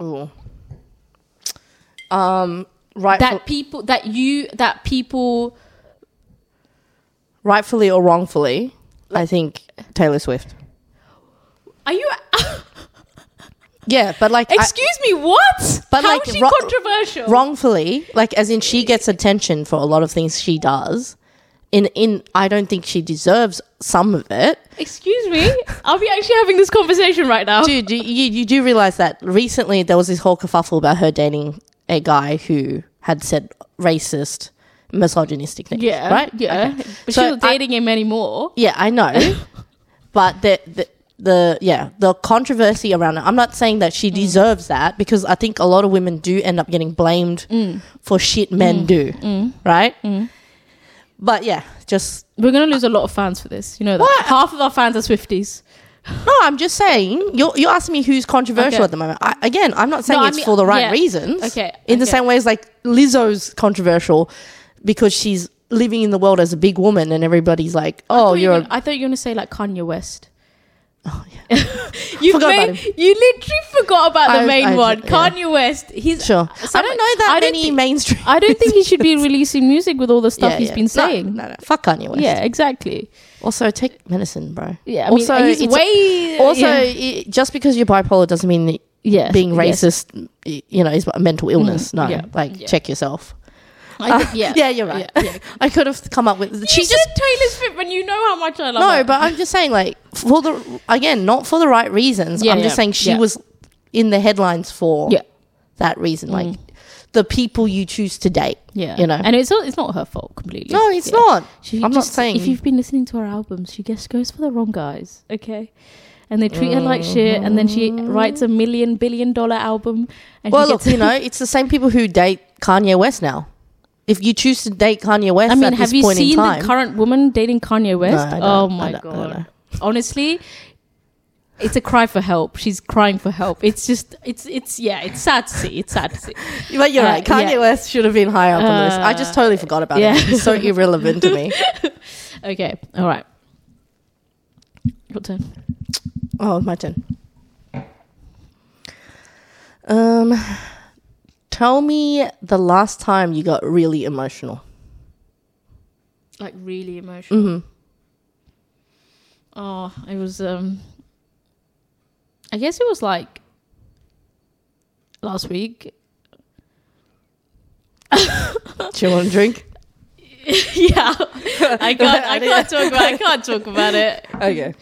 [SPEAKER 2] Ooh. Um, right,
[SPEAKER 1] That people that you that people
[SPEAKER 2] rightfully or wrongfully, I think Taylor Swift.
[SPEAKER 1] are you
[SPEAKER 2] Yeah, but like I-
[SPEAKER 1] Excuse me, what?
[SPEAKER 2] But
[SPEAKER 1] How
[SPEAKER 2] like
[SPEAKER 1] is she
[SPEAKER 2] ro-
[SPEAKER 1] controversial?
[SPEAKER 2] wrongfully, like as in she gets attention for a lot of things she does, in in I don't think she deserves some of it.
[SPEAKER 1] Excuse me. Are we actually having this conversation right now?
[SPEAKER 2] Dude, you, you, you do realize that recently there was this whole kerfuffle about her dating a guy who had said racist, misogynistic things.
[SPEAKER 1] yeah.
[SPEAKER 2] Right?
[SPEAKER 1] Yeah.
[SPEAKER 2] Okay.
[SPEAKER 1] But
[SPEAKER 2] So
[SPEAKER 1] she's not
[SPEAKER 2] I-
[SPEAKER 1] dating him anymore.
[SPEAKER 2] Yeah, I know. but the, the the yeah, the controversy around it. I'm not saying that
[SPEAKER 1] Mm.
[SPEAKER 2] she deserves that because I think a lot of women do end up getting blamed
[SPEAKER 1] Mm.
[SPEAKER 2] for shit men do, right? But yeah, just
[SPEAKER 1] We're going to lose a lot of fans for this. You know that.
[SPEAKER 2] What?
[SPEAKER 1] Half of our fans are Swifties.
[SPEAKER 2] no. I'm just saying you're you're asking me who's controversial
[SPEAKER 1] Okay.
[SPEAKER 2] at the moment. I, again, I'm not saying
[SPEAKER 1] I
[SPEAKER 2] it's
[SPEAKER 1] mean-
[SPEAKER 2] for the right
[SPEAKER 1] yeah.
[SPEAKER 2] reasons.
[SPEAKER 1] Okay,
[SPEAKER 2] In the
[SPEAKER 1] okay.
[SPEAKER 2] same way as like Lizzo's controversial because she's living in the world as a big woman and everybody's like, oh,
[SPEAKER 1] thought you
[SPEAKER 2] you're.
[SPEAKER 1] were
[SPEAKER 2] a
[SPEAKER 1] gonna- I thought you were going to say like Kanye West.
[SPEAKER 2] Oh, yeah.
[SPEAKER 1] You
[SPEAKER 2] Forgot
[SPEAKER 1] made,
[SPEAKER 2] about
[SPEAKER 1] you literally forgot about the
[SPEAKER 2] I-
[SPEAKER 1] main
[SPEAKER 2] I-
[SPEAKER 1] one,
[SPEAKER 2] yeah.
[SPEAKER 1] Kanye West. He's
[SPEAKER 2] Sure. I
[SPEAKER 1] some-
[SPEAKER 2] don't know that
[SPEAKER 1] I don't
[SPEAKER 2] many
[SPEAKER 1] thi-
[SPEAKER 2] mainstream.
[SPEAKER 1] I don't think he should be releasing music with all the stuff
[SPEAKER 2] Yeah,
[SPEAKER 1] he's
[SPEAKER 2] yeah.
[SPEAKER 1] been
[SPEAKER 2] No,
[SPEAKER 1] saying.
[SPEAKER 2] No, no, Fuck Kanye West.
[SPEAKER 1] Yeah, exactly.
[SPEAKER 2] Also, take medicine, bro.
[SPEAKER 1] Yeah, I mean,
[SPEAKER 2] also,
[SPEAKER 1] he's
[SPEAKER 2] it's-
[SPEAKER 1] way
[SPEAKER 2] also
[SPEAKER 1] yeah.
[SPEAKER 2] it- just because you're bipolar doesn't mean that
[SPEAKER 1] Yeah,
[SPEAKER 2] being
[SPEAKER 1] yes. Mm-hmm.
[SPEAKER 2] racist, y- you know, is a mental illness. No,
[SPEAKER 1] yeah,
[SPEAKER 2] like
[SPEAKER 1] yeah.
[SPEAKER 2] check yourself.
[SPEAKER 1] I think- yeah,
[SPEAKER 2] yeah, you're right.
[SPEAKER 1] Yeah, yeah.
[SPEAKER 2] I could have come up with.
[SPEAKER 1] She
[SPEAKER 2] she
[SPEAKER 1] just
[SPEAKER 2] just
[SPEAKER 1] said Taylor Swift, and you know how much I love
[SPEAKER 2] no,
[SPEAKER 1] her.
[SPEAKER 2] but I'm just saying, like for the again, not for the right reasons.
[SPEAKER 1] Yeah,
[SPEAKER 2] I'm just
[SPEAKER 1] yeah,
[SPEAKER 2] saying she
[SPEAKER 1] yeah.
[SPEAKER 2] was in the headlines for
[SPEAKER 1] yeah, Mm.
[SPEAKER 2] that reason, like the people you choose to date.
[SPEAKER 1] yeah,
[SPEAKER 2] you know.
[SPEAKER 1] and it's not it's not her fault completely.
[SPEAKER 2] No, it's
[SPEAKER 1] Yeah.
[SPEAKER 2] not.
[SPEAKER 1] She
[SPEAKER 2] I'm not
[SPEAKER 1] just-
[SPEAKER 2] saying-
[SPEAKER 1] if you've been listening to her albums, she just goes for the wrong guys, okay? And they treat her like shit, and then she writes a million billion dollar album. And
[SPEAKER 2] Mm-hmm. Well,
[SPEAKER 1] she
[SPEAKER 2] look,
[SPEAKER 1] gets-
[SPEAKER 2] you know, it's the same people who date Kanye West now. If you choose to date Kanye West,
[SPEAKER 1] I mean,
[SPEAKER 2] at
[SPEAKER 1] have
[SPEAKER 2] this
[SPEAKER 1] you
[SPEAKER 2] point in
[SPEAKER 1] seen
[SPEAKER 2] time,
[SPEAKER 1] the current woman dating Kanye West?
[SPEAKER 2] I don't-
[SPEAKER 1] oh
[SPEAKER 2] I
[SPEAKER 1] my
[SPEAKER 2] don't- I don't know.
[SPEAKER 1] god! Honestly, it's a cry for help. She's crying for help. It's just, it's, it's, yeah, it's sad to see. It's sad to see.
[SPEAKER 2] But you're
[SPEAKER 1] Uh,
[SPEAKER 2] right. Kanye
[SPEAKER 1] yeah.
[SPEAKER 2] West should have been higher up on the list. I just
[SPEAKER 1] Uh,
[SPEAKER 2] totally forgot about
[SPEAKER 1] yeah.
[SPEAKER 2] it. He's so irrelevant to me.
[SPEAKER 1] Okay, all right. Your turn.
[SPEAKER 2] Oh, my turn. Um, tell me the last time you got really emotional.
[SPEAKER 1] Like really emotional.
[SPEAKER 2] hmm
[SPEAKER 1] Oh, it was. um I guess it was like last week.
[SPEAKER 2] Do you want a drink?
[SPEAKER 1] yeah, I can't. I can't talk about. I can't talk about it.
[SPEAKER 2] Okay.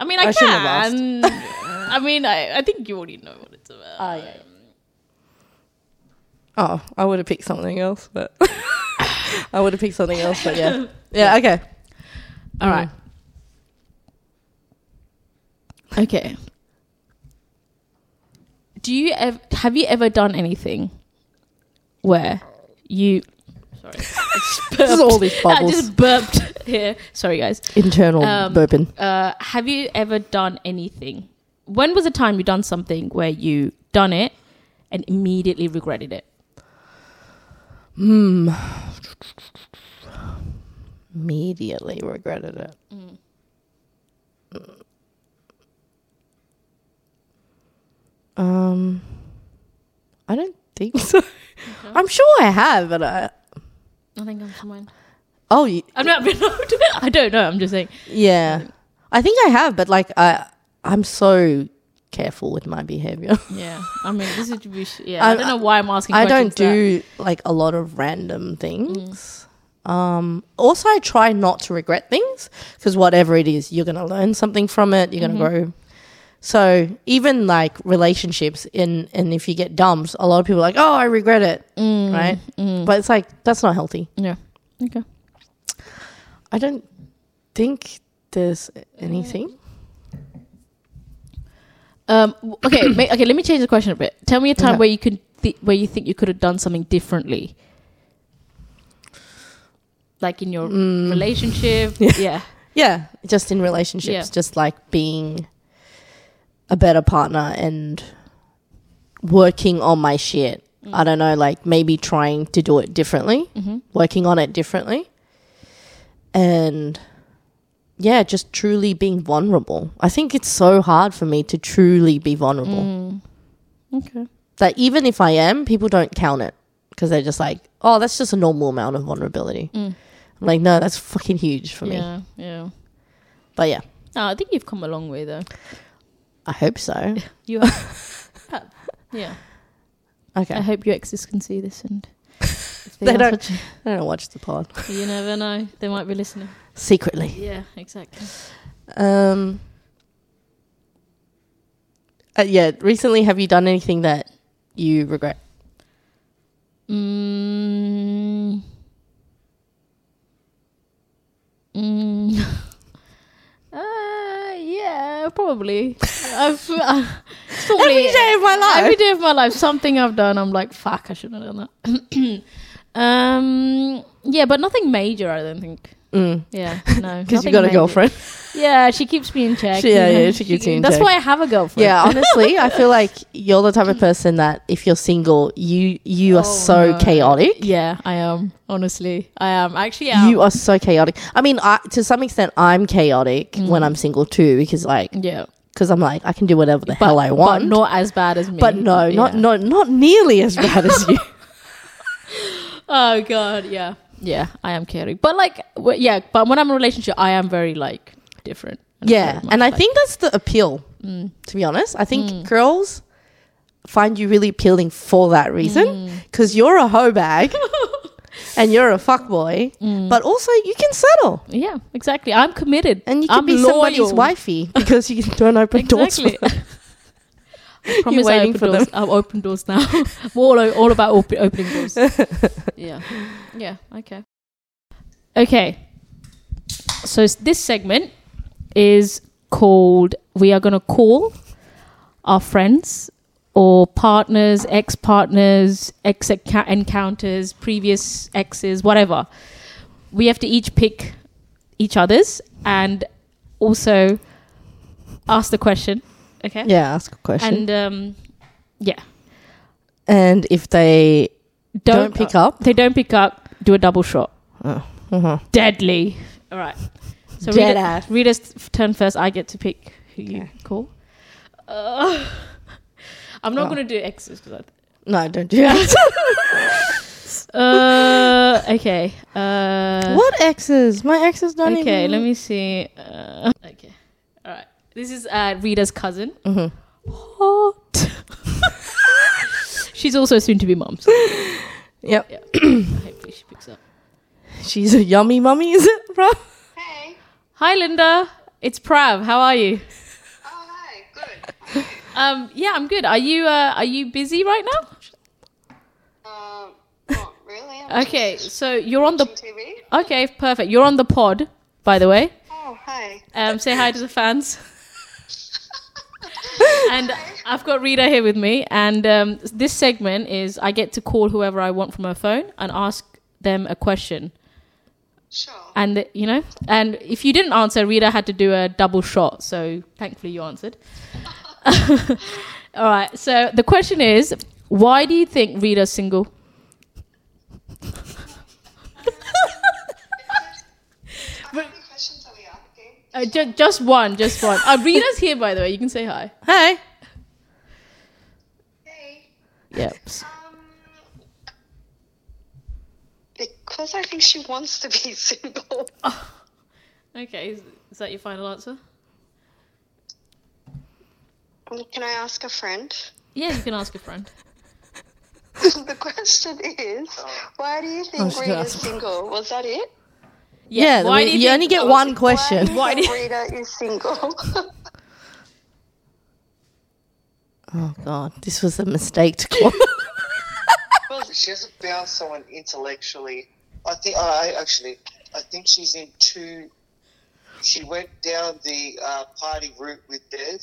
[SPEAKER 1] I mean, I,
[SPEAKER 2] I shouldn't have
[SPEAKER 1] can. I mean, I, I think you already know what it's about.
[SPEAKER 2] Oh, yeah. Oh, I would have picked something else, but I would have picked something else, but yeah. Yeah, okay.
[SPEAKER 1] All right. Okay. Do you ev- have you ever done anything where you? Sorry, I just
[SPEAKER 2] This is
[SPEAKER 1] burped.
[SPEAKER 2] all these bubbles.
[SPEAKER 1] I just burped here. Sorry, guys.
[SPEAKER 2] Internal
[SPEAKER 1] Um,
[SPEAKER 2] burping.
[SPEAKER 1] Uh, have you ever done anything? When was the time you done something where you done it and immediately regretted it?
[SPEAKER 2] Hmm. Immediately regretted it. Um, I don't think so. I'm sure I have, but I
[SPEAKER 1] Nothing comes to mind.
[SPEAKER 2] oh y-
[SPEAKER 1] I'm not. I don't know. I'm just saying.
[SPEAKER 2] yeah, I think I have, but like I I'm so careful with my behavior.
[SPEAKER 1] Yeah, I mean, this is we sh- yeah. I,
[SPEAKER 2] I-
[SPEAKER 1] don't know why I'm asking.
[SPEAKER 2] I don't
[SPEAKER 1] questions
[SPEAKER 2] do like a lot of random things. Um, also, I try not to regret things because whatever it is, you're going to learn something from it. You're going to grow. So even like relationships, in and if you get dumped, a lot of people are like, oh, I regret it,
[SPEAKER 1] that. Mm,
[SPEAKER 2] right?
[SPEAKER 1] mm.
[SPEAKER 2] But it's like that's not healthy.
[SPEAKER 1] yeah, okay.
[SPEAKER 2] I don't think there's anything.
[SPEAKER 1] Um, w- okay, ma- okay. Let me change the question a bit. Tell me a time
[SPEAKER 2] Okay.
[SPEAKER 1] where you could th- where you think you could have done something differently, like in your
[SPEAKER 2] Mm.
[SPEAKER 1] relationship.
[SPEAKER 2] Yeah.
[SPEAKER 1] Yeah,
[SPEAKER 2] Yeah, just in relationships,
[SPEAKER 1] Yeah.
[SPEAKER 2] just like being a better partner and working on my shit.
[SPEAKER 1] Mm.
[SPEAKER 2] I don't know, like maybe trying to do it differently,
[SPEAKER 1] Mhm.
[SPEAKER 2] working on it differently. And yeah, just truly being vulnerable. I think it's so hard for me to truly be vulnerable.
[SPEAKER 1] Mm. Okay.
[SPEAKER 2] That even if I am, people don't count it because they're just like, oh, that's just a normal amount of vulnerability.
[SPEAKER 1] Mm.
[SPEAKER 2] I'm like, no, that's fucking huge for me.
[SPEAKER 1] Yeah, yeah.
[SPEAKER 2] But yeah,
[SPEAKER 1] Oh, I think you've come a long way though.
[SPEAKER 2] I hope so.
[SPEAKER 1] You have. yeah.
[SPEAKER 2] Okay.
[SPEAKER 1] I hope your exes can see this and
[SPEAKER 2] They
[SPEAKER 1] They
[SPEAKER 2] don't-
[SPEAKER 1] watch it.
[SPEAKER 2] I don't watch the pod
[SPEAKER 1] You never know. They might be listening.
[SPEAKER 2] secretly.
[SPEAKER 1] Yeah, exactly.
[SPEAKER 2] Um, uh, yeah. Recently, have you done anything that you regret?
[SPEAKER 1] Mm. Mm. Uh, yeah, probably. I've, uh, it's probably uh,
[SPEAKER 2] Every day of my life.
[SPEAKER 1] Every day of my life, something I've done, I'm like, fuck, I shouldn't have done that. um, yeah, but nothing major, I don't think.
[SPEAKER 2] Mm.
[SPEAKER 1] Yeah, no,
[SPEAKER 2] Because you
[SPEAKER 1] nothing
[SPEAKER 2] got a
[SPEAKER 1] major.
[SPEAKER 2] girlfriend.
[SPEAKER 1] Yeah, she keeps me in check.
[SPEAKER 2] She- yeah,
[SPEAKER 1] you know.
[SPEAKER 2] yeah, she keeps you in
[SPEAKER 1] That's
[SPEAKER 2] check.
[SPEAKER 1] why I have a girlfriend.
[SPEAKER 2] Yeah, honestly, I feel like you're the type of person that if you're single, you you are
[SPEAKER 1] Oh,
[SPEAKER 2] so
[SPEAKER 1] no.
[SPEAKER 2] chaotic.
[SPEAKER 1] yeah, I am. Honestly, I am. Actually, I am.
[SPEAKER 2] You are so chaotic. I mean, I, to some extent, I'm chaotic
[SPEAKER 1] Mm.
[SPEAKER 2] when I'm single too, because like,
[SPEAKER 1] yeah.
[SPEAKER 2] because I'm like, I can do whatever the hell I want.
[SPEAKER 1] But not as bad as me.
[SPEAKER 2] But no, not
[SPEAKER 1] Yeah.
[SPEAKER 2] not not nearly as bad as you.
[SPEAKER 1] Oh god, yeah, yeah. I am chaotic, but like, w- yeah. But when I'm in a relationship, I am very like different. and
[SPEAKER 2] yeah,
[SPEAKER 1] very much,
[SPEAKER 2] and I
[SPEAKER 1] like- mm.
[SPEAKER 2] think that's the appeal. To be honest, I think girls find you really appealing for that
[SPEAKER 1] Mm.
[SPEAKER 2] reason, because you're a hoe bag and you're a fuckboy, but also you can settle.
[SPEAKER 1] Mm. yeah, exactly. I'm committed,
[SPEAKER 2] And you could
[SPEAKER 1] I'm
[SPEAKER 2] be somebody's
[SPEAKER 1] loyal.
[SPEAKER 2] wifey because you don't open doors.
[SPEAKER 1] Exactly.
[SPEAKER 2] For them.
[SPEAKER 1] I promise I
[SPEAKER 2] waiting
[SPEAKER 1] open
[SPEAKER 2] for
[SPEAKER 1] doors. I'm open doors now. I'm all o- all about op- opening doors. yeah, yeah. Okay. Okay. So s- this segment is called. We are going to call our friends or partners, ex partners, ex encounters, previous exes, whatever. We have to each pick each other's and also ask the question. Okay.
[SPEAKER 2] Yeah, ask a question. And,
[SPEAKER 1] And um, yeah,
[SPEAKER 2] if they don't, pick up,
[SPEAKER 1] They don't pick up. Do a double shot.
[SPEAKER 2] uh-huh.
[SPEAKER 1] Deadly. All right. So read
[SPEAKER 2] Dead ass.
[SPEAKER 1] reader's turn first. I get to pick who you
[SPEAKER 2] Okay.
[SPEAKER 1] call. Uh, I'm not
[SPEAKER 2] Oh.
[SPEAKER 1] going to do X's because I
[SPEAKER 2] no, don't do that.
[SPEAKER 1] Uh, okay. Uh,
[SPEAKER 2] what exes? My exes don't even.
[SPEAKER 1] Okay, let me see. Uh, okay, all right. This is uh, Rita's cousin.
[SPEAKER 2] Mhm.
[SPEAKER 1] Hot. She's also soon to be mum. So
[SPEAKER 2] Yep,
[SPEAKER 1] hopefully she picks up.
[SPEAKER 2] she's a yummy mummy, is it, bro?
[SPEAKER 3] Hey.
[SPEAKER 1] Hi, Linda. It's Prav. How are you?
[SPEAKER 3] Oh, hi. Good.
[SPEAKER 1] Um, yeah, I'm good. Are you uh, are you busy right now?
[SPEAKER 3] Um, not really. I'm
[SPEAKER 1] Okay, so you're on the.
[SPEAKER 3] watching TV.
[SPEAKER 1] Okay, perfect. You're on the pod, by the way.
[SPEAKER 3] Oh, hi.
[SPEAKER 1] Um, say hi to the fans. and I've got Rita here with me. And um, this segment is I get to call whoever I want from her phone and ask them a question.
[SPEAKER 3] Sure.
[SPEAKER 1] And th- you know, and if you didn't answer, Rita had to do a double shot. So thankfully, you answered. All right. So the question is, why do you think Rita's single?
[SPEAKER 3] How many questions are we asking?
[SPEAKER 1] Uh, ju- just one, just one. Uh, Rita's here, by the way. You can say hi.
[SPEAKER 2] Hey,
[SPEAKER 3] Hey.
[SPEAKER 1] Yep.
[SPEAKER 3] Um, because I think she wants to be single.
[SPEAKER 1] Okay. Is, is that your final answer?
[SPEAKER 3] Um, Can I ask a friend?
[SPEAKER 1] Yeah, you can ask a friend.
[SPEAKER 3] the question is, why do you think
[SPEAKER 2] she's gonna
[SPEAKER 3] Rita's
[SPEAKER 2] ask-
[SPEAKER 3] single? Was that it?
[SPEAKER 2] yeah,
[SPEAKER 1] why
[SPEAKER 2] we-
[SPEAKER 1] do
[SPEAKER 2] you,
[SPEAKER 1] you think-
[SPEAKER 2] only get one question.
[SPEAKER 1] Why
[SPEAKER 3] Why do you
[SPEAKER 1] do-
[SPEAKER 3] think Rita is single?
[SPEAKER 2] Oh god, this was a mistake to call.
[SPEAKER 4] Well, she hasn't found someone intellectually. I think uh, I actually, I think she's in two. She went down the uh, party route with Des.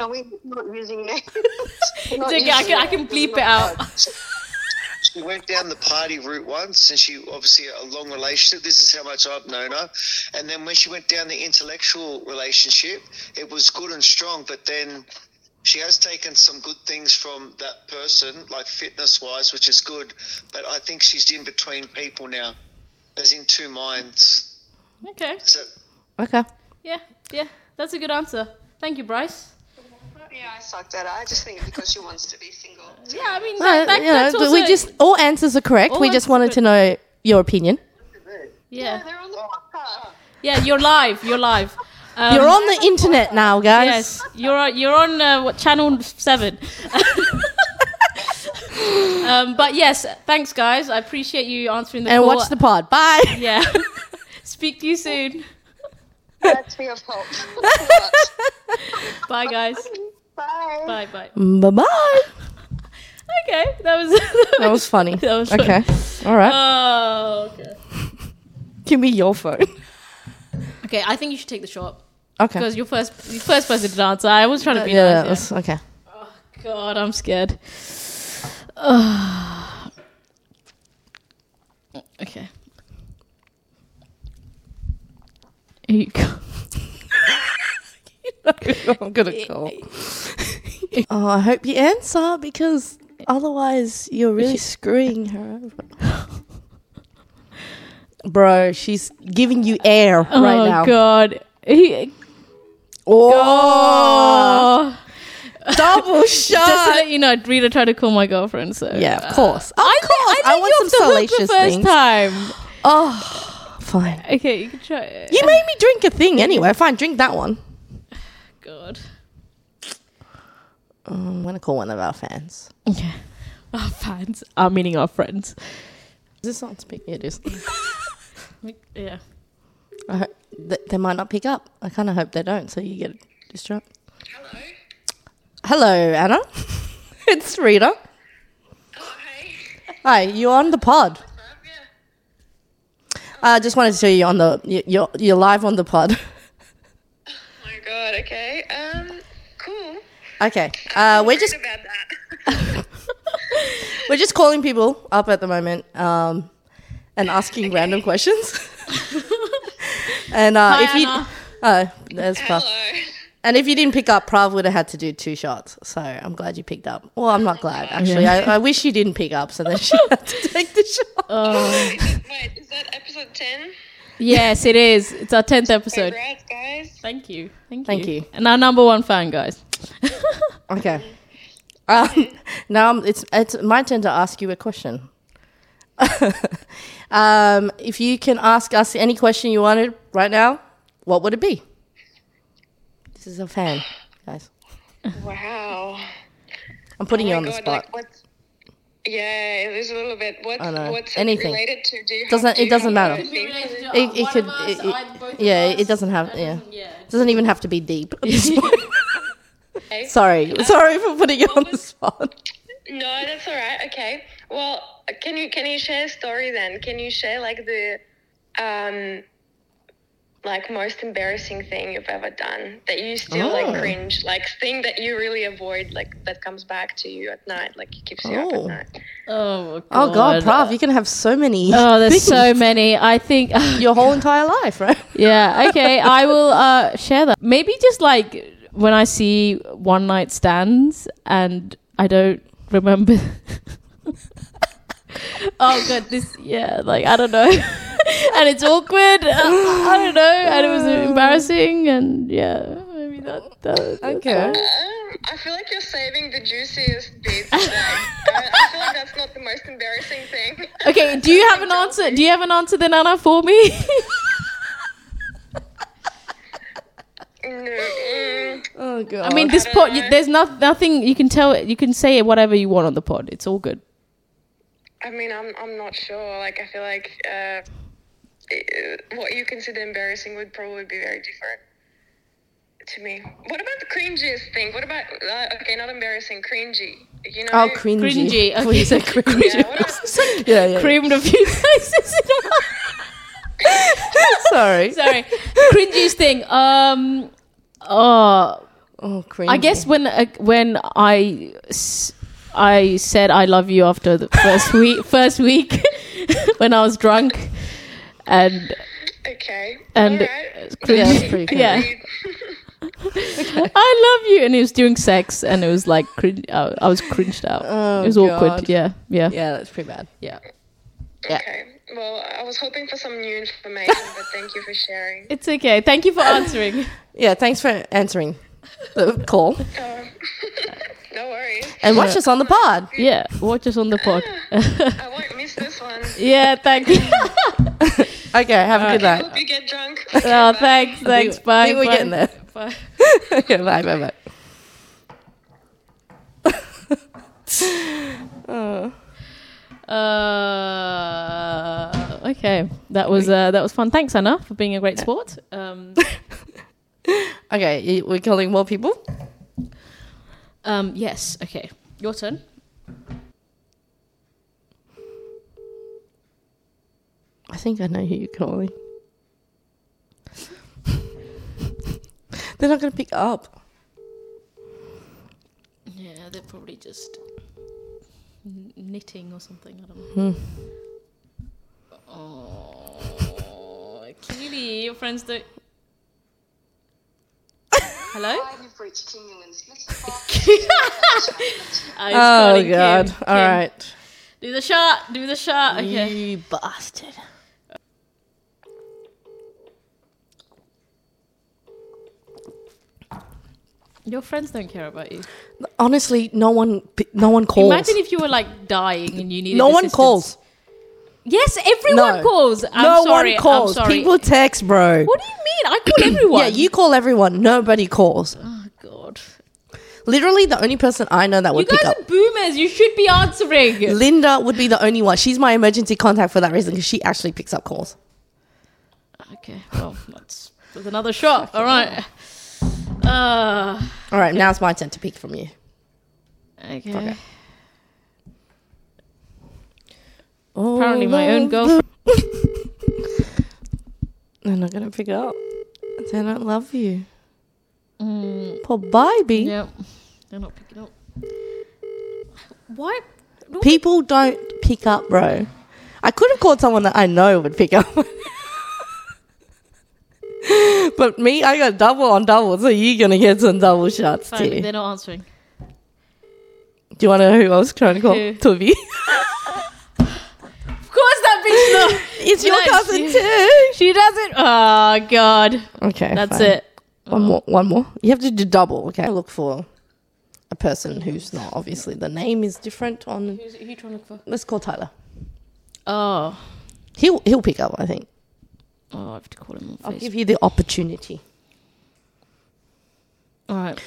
[SPEAKER 3] Are we not using names?
[SPEAKER 2] Oh,
[SPEAKER 1] It's okay, I can, I can bleep it out.
[SPEAKER 4] She went down the party route once, and she obviously a long relationship. This is how much I've known her. And then when she went down the intellectual relationship, it was good and strong. But then she has taken some good things from that person, like fitness wise, which is good. But I think she's in between people now, as in two minds.
[SPEAKER 1] Okay.
[SPEAKER 4] So
[SPEAKER 2] okay,
[SPEAKER 1] Yeah, yeah. That's a good answer. Thank you, Bryce.
[SPEAKER 3] Yeah, I sucked that out. I just think because she wants to be single.
[SPEAKER 1] Yeah, I mean,
[SPEAKER 2] Uh,
[SPEAKER 1] that, that,
[SPEAKER 2] you know,
[SPEAKER 1] that's
[SPEAKER 2] but
[SPEAKER 1] also,
[SPEAKER 2] we just all answers are correct.
[SPEAKER 1] All
[SPEAKER 2] We just
[SPEAKER 1] answers are
[SPEAKER 2] wanted to know your opinion.
[SPEAKER 3] Yeah,
[SPEAKER 1] yeah,
[SPEAKER 3] they're on the podcast.
[SPEAKER 1] yeah. You're live. You're live. Um,
[SPEAKER 2] You're on the internet now, guys.
[SPEAKER 1] Yes, you're on- you're on uh, what, channel seven. Um, but yes, thanks, guys. I appreciate you answering the
[SPEAKER 2] and
[SPEAKER 1] call.
[SPEAKER 2] watch the pod. Bye.
[SPEAKER 1] yeah. Speak to you soon.
[SPEAKER 3] That's your fault.
[SPEAKER 1] Bye, guys.
[SPEAKER 3] Bye.
[SPEAKER 1] Bye, bye.
[SPEAKER 2] Bye bye.
[SPEAKER 1] Okay, that was that
[SPEAKER 2] That was funny.
[SPEAKER 1] That was
[SPEAKER 2] okay. All right.
[SPEAKER 1] Oh, okay.
[SPEAKER 2] Give me your phone.
[SPEAKER 1] Okay, I think you should take the shot
[SPEAKER 2] Okay.
[SPEAKER 1] because you're first, you're first person to answer. I was trying to be
[SPEAKER 2] Uh, yeah,
[SPEAKER 1] nice.
[SPEAKER 2] that
[SPEAKER 1] yeah.
[SPEAKER 2] was- okay.
[SPEAKER 1] God, I'm scared. okay. Here you go.
[SPEAKER 2] I'm gonna call. oh, I hope you answer because otherwise you're really screwing her over. Bro, she's giving you air right
[SPEAKER 1] oh
[SPEAKER 2] now.
[SPEAKER 1] God. He,
[SPEAKER 2] Oh,
[SPEAKER 1] oh.
[SPEAKER 2] double
[SPEAKER 1] Just to
[SPEAKER 2] shot.
[SPEAKER 1] let you know, Rita tried to call my girlfriend. So
[SPEAKER 2] Yeah, of course. Of
[SPEAKER 1] I,
[SPEAKER 2] course.
[SPEAKER 1] think- I,
[SPEAKER 2] I
[SPEAKER 1] think
[SPEAKER 2] want
[SPEAKER 1] you're
[SPEAKER 2] some
[SPEAKER 1] off the hook the first
[SPEAKER 2] salacious things.
[SPEAKER 1] time.
[SPEAKER 2] Oh, fine.
[SPEAKER 1] Okay, you can try. It.
[SPEAKER 2] You made me drink a thing anyway. Fine, drink that one.
[SPEAKER 1] God.
[SPEAKER 2] Um, I'm gonna call one of our fans.
[SPEAKER 1] Okay. Our fans are meaning our friends.
[SPEAKER 2] Is this on speak? It is.
[SPEAKER 1] Yeah.
[SPEAKER 2] I hope th- they might not pick up. I kind of hope they don't, so you get distracted.
[SPEAKER 3] Hello.
[SPEAKER 2] Hello, Anna. it's Rita.
[SPEAKER 3] Oh, hey.
[SPEAKER 2] Hi, you're on the pod.
[SPEAKER 3] Um, yeah.
[SPEAKER 2] I just wanted to show you on the you- you're you're live on the pod.
[SPEAKER 3] Oh my god. Okay. Um. Cool.
[SPEAKER 2] okay, uh, we're just
[SPEAKER 3] about that.
[SPEAKER 2] we're just calling people up at the moment um, and asking random questions. and uh,
[SPEAKER 1] Hi,
[SPEAKER 2] if you
[SPEAKER 1] Anna.
[SPEAKER 2] oh, there's Prav.
[SPEAKER 3] Hello.
[SPEAKER 2] And if you didn't pick up, Prav would have had to do two shots. So I'm glad you picked up. Well, I'm not glad actually. I, I wish you didn't pick up, so then she had to take the shot.
[SPEAKER 1] Oh.
[SPEAKER 3] Wait, is that episode ten?
[SPEAKER 1] yes, it is. It's our tenth episode.
[SPEAKER 3] Congrats, guys.
[SPEAKER 1] Thank you. Thank,
[SPEAKER 2] Thank you.
[SPEAKER 1] And our number one fan, guys.
[SPEAKER 2] Okay. Um, now I'm- it's it's my turn to ask you a question. um, if you can ask us any question you wanted right now, what would it be? This is a fan, guys.
[SPEAKER 3] Wow.
[SPEAKER 2] I'm putting you
[SPEAKER 3] Oh
[SPEAKER 2] on
[SPEAKER 3] my
[SPEAKER 2] the
[SPEAKER 3] God,
[SPEAKER 2] spot.
[SPEAKER 3] Like what's yeah, it is a little bit. What's,
[SPEAKER 2] I know.
[SPEAKER 3] what's
[SPEAKER 2] Anything.
[SPEAKER 3] it related to? Do you
[SPEAKER 2] Doesn't-
[SPEAKER 3] have, do
[SPEAKER 2] it
[SPEAKER 3] you
[SPEAKER 2] doesn't
[SPEAKER 3] have
[SPEAKER 2] matter.
[SPEAKER 3] a thing?
[SPEAKER 2] it it could. it- it- yeah, it doesn't have. Yeah, it doesn't even have to be deep. at this point. sorry,
[SPEAKER 3] Uh,
[SPEAKER 2] sorry for putting you on the spot.
[SPEAKER 3] No, that's all right. Okay. Well, can you can you share a story then? Can you share like the, um, like most embarrassing thing you've ever done that you still
[SPEAKER 2] Oh.
[SPEAKER 3] like cringe, like thing that you really avoid, like that comes back to you at night, like it keeps you up
[SPEAKER 2] Oh.
[SPEAKER 3] at night.
[SPEAKER 1] Oh, God.
[SPEAKER 2] Oh God, Prav, you can have so many.
[SPEAKER 1] Oh, there's
[SPEAKER 2] things
[SPEAKER 1] so many. I think.
[SPEAKER 2] your whole entire life, right?
[SPEAKER 1] yeah. Okay. I will uh, share that. Maybe just like when I see one night stands and I don't remember. oh god, this yeah. Like I don't know, and it's awkward. Uh, I don't know, and it was embarrassing, and yeah. Maybe that. that that's
[SPEAKER 2] Okay.
[SPEAKER 1] fine.
[SPEAKER 3] Um, I feel like you're saving the juiciest bits. Like, I, I feel like that's not the most embarrassing thing.
[SPEAKER 1] Okay. Do you have an answer? Do you have an answer then, Anna, for me?
[SPEAKER 3] No, mm,
[SPEAKER 2] Oh God.
[SPEAKER 1] I mean, this pod. You, there's not, nothing you can tell. You can say whatever you want on the pod. It's all good.
[SPEAKER 3] I mean, I'm I'm not sure. Like, I feel like uh, eh, what you consider embarrassing would probably be very different to me. What about the cringiest thing? What about uh, okay, not embarrassing, cringy. You know?
[SPEAKER 2] Oh, cringy.
[SPEAKER 1] Cringy.
[SPEAKER 2] Before you
[SPEAKER 1] Okay.
[SPEAKER 2] said cringy.
[SPEAKER 3] Yeah, what about-
[SPEAKER 2] Yeah, yeah.
[SPEAKER 1] Creamed a few places in a
[SPEAKER 2] Sorry.
[SPEAKER 1] Sorry. Cringiest thing. Um. Uh,
[SPEAKER 2] Oh, cringy.
[SPEAKER 1] I guess when uh, when I s- I said I love you after the first week first week when I was drunk and
[SPEAKER 3] okay.
[SPEAKER 2] Um,
[SPEAKER 1] and
[SPEAKER 3] All right.
[SPEAKER 1] it's cringy.
[SPEAKER 2] Yeah, it's pretty cringy.
[SPEAKER 1] yeah. I love you. And he was doing sex, and it was like cringe. I, I was cringed out.
[SPEAKER 2] Oh,
[SPEAKER 1] it was
[SPEAKER 2] God.
[SPEAKER 1] awkward. Yeah, yeah,
[SPEAKER 2] Yeah, that's pretty bad.
[SPEAKER 1] yeah.
[SPEAKER 3] Okay. Well, I was hoping for some new information, but thank you for sharing.
[SPEAKER 1] It's okay. Thank you for answering.
[SPEAKER 2] Yeah, thanks for answering the call.
[SPEAKER 3] Um, no worries.
[SPEAKER 2] And watch us on the pod.
[SPEAKER 1] yeah, watch us on the pod.
[SPEAKER 3] I won't miss this one.
[SPEAKER 1] yeah, thank you.
[SPEAKER 2] Okay, have a good night.
[SPEAKER 3] Hope you get drunk.
[SPEAKER 1] Oh, thanks,
[SPEAKER 2] I
[SPEAKER 1] thanks.
[SPEAKER 2] think-
[SPEAKER 1] Bye.
[SPEAKER 2] I think we're
[SPEAKER 1] bye.
[SPEAKER 2] getting there.
[SPEAKER 1] Bye.
[SPEAKER 2] okay, bye, bye, bye.
[SPEAKER 1] Uh, okay, that was uh, that was fun. Thanks, Anna, for being a great sport. Um,
[SPEAKER 2] Okay, y- we're calling more people.
[SPEAKER 1] um, yes. Okay, your turn.
[SPEAKER 2] I think I know who you're calling. They're not going to pick up.
[SPEAKER 1] Yeah, they're probably just kn- knitting or something. I don't know.
[SPEAKER 2] Hmm.
[SPEAKER 1] Oh, Keely, your friends don't. Hello.
[SPEAKER 5] You've reached King Newman's
[SPEAKER 1] I was
[SPEAKER 2] Oh,
[SPEAKER 1] calling Kim.
[SPEAKER 2] God.
[SPEAKER 1] Kim,
[SPEAKER 2] All right. Mm.
[SPEAKER 1] Do the shot. Do the shot. Okay.
[SPEAKER 2] You bastard.
[SPEAKER 1] Your friends don't care about you.
[SPEAKER 2] Honestly, no one, pi- no one calls.
[SPEAKER 1] Imagine if you were like dying and you needed.
[SPEAKER 2] no one
[SPEAKER 1] assistance.
[SPEAKER 2] calls.
[SPEAKER 1] Yes, everyone
[SPEAKER 2] No.
[SPEAKER 1] calls. I'm
[SPEAKER 2] no
[SPEAKER 1] sorry.
[SPEAKER 2] one calls.
[SPEAKER 1] I'm sorry.
[SPEAKER 2] People text, bro.
[SPEAKER 1] What do you mean? I call everyone.
[SPEAKER 2] Yeah, you call everyone. Nobody calls.
[SPEAKER 1] Oh God.
[SPEAKER 2] Literally, the only person I know that
[SPEAKER 1] You
[SPEAKER 2] would
[SPEAKER 1] guys
[SPEAKER 2] pick up.
[SPEAKER 1] are boomers. You should be answering.
[SPEAKER 2] Linda would be the only one. She's my emergency contact for that reason because she actually picks up calls.
[SPEAKER 1] Okay. Well, that's with another shot. All right. Uh.
[SPEAKER 2] All right, now it's my turn to pick from you.
[SPEAKER 1] Okay.
[SPEAKER 2] Okay.
[SPEAKER 1] Apparently, my own
[SPEAKER 2] girl.
[SPEAKER 1] girlfriend.
[SPEAKER 2] Oh, They're not gonna pick up. They don't love you. Poor baby.
[SPEAKER 1] Yeah. Mm, They're not picking up. Why?
[SPEAKER 2] People don't pick up, bro. I could have called someone that I know would pick up. but me, I got double on double, so you're gonna get some double shots
[SPEAKER 1] Fine,
[SPEAKER 2] too.
[SPEAKER 1] They're not answering.
[SPEAKER 2] Do you wanna know who I was trying to call?
[SPEAKER 1] Who?
[SPEAKER 2] Toby.
[SPEAKER 1] Of course, that bitch. No.
[SPEAKER 2] it's your
[SPEAKER 1] No,
[SPEAKER 2] cousin
[SPEAKER 1] she-
[SPEAKER 2] too.
[SPEAKER 1] She doesn't. Oh God.
[SPEAKER 2] Okay.
[SPEAKER 1] That's
[SPEAKER 2] fine.
[SPEAKER 1] it.
[SPEAKER 2] One more. One more. You have to do double. Okay. Look for a person who's not obviously the name is different. On
[SPEAKER 1] Who's, who you trying to look for?
[SPEAKER 2] let's call Tyler.
[SPEAKER 1] Oh.
[SPEAKER 2] He'll he'll pick up. I think.
[SPEAKER 1] Oh, I have to call him on
[SPEAKER 2] I'll
[SPEAKER 1] Facebook.
[SPEAKER 2] give you the opportunity.
[SPEAKER 1] All right.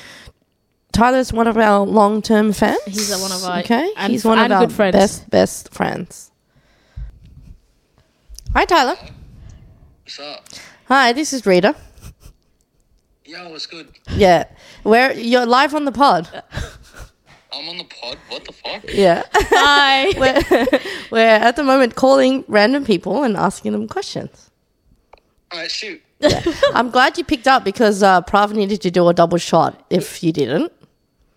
[SPEAKER 2] Tyler's one of our long term fans.
[SPEAKER 1] He's a- one of our-
[SPEAKER 2] okay.
[SPEAKER 1] and-
[SPEAKER 2] He's one of
[SPEAKER 1] and
[SPEAKER 2] our
[SPEAKER 1] good friends.
[SPEAKER 2] best best friends. Hi Tyler.
[SPEAKER 6] What's up?
[SPEAKER 2] Hi, this is Rita.
[SPEAKER 6] Yo, what's good?
[SPEAKER 2] Yeah, where you're live on the pod.
[SPEAKER 6] I'm on the pod. What the fuck?
[SPEAKER 2] Yeah,
[SPEAKER 1] Hi.
[SPEAKER 2] we're, we're at the moment calling random people and asking them questions.
[SPEAKER 6] Alright, shoot.
[SPEAKER 2] I'm glad you picked up because uh, Prav needed to do a double shot. If you didn't,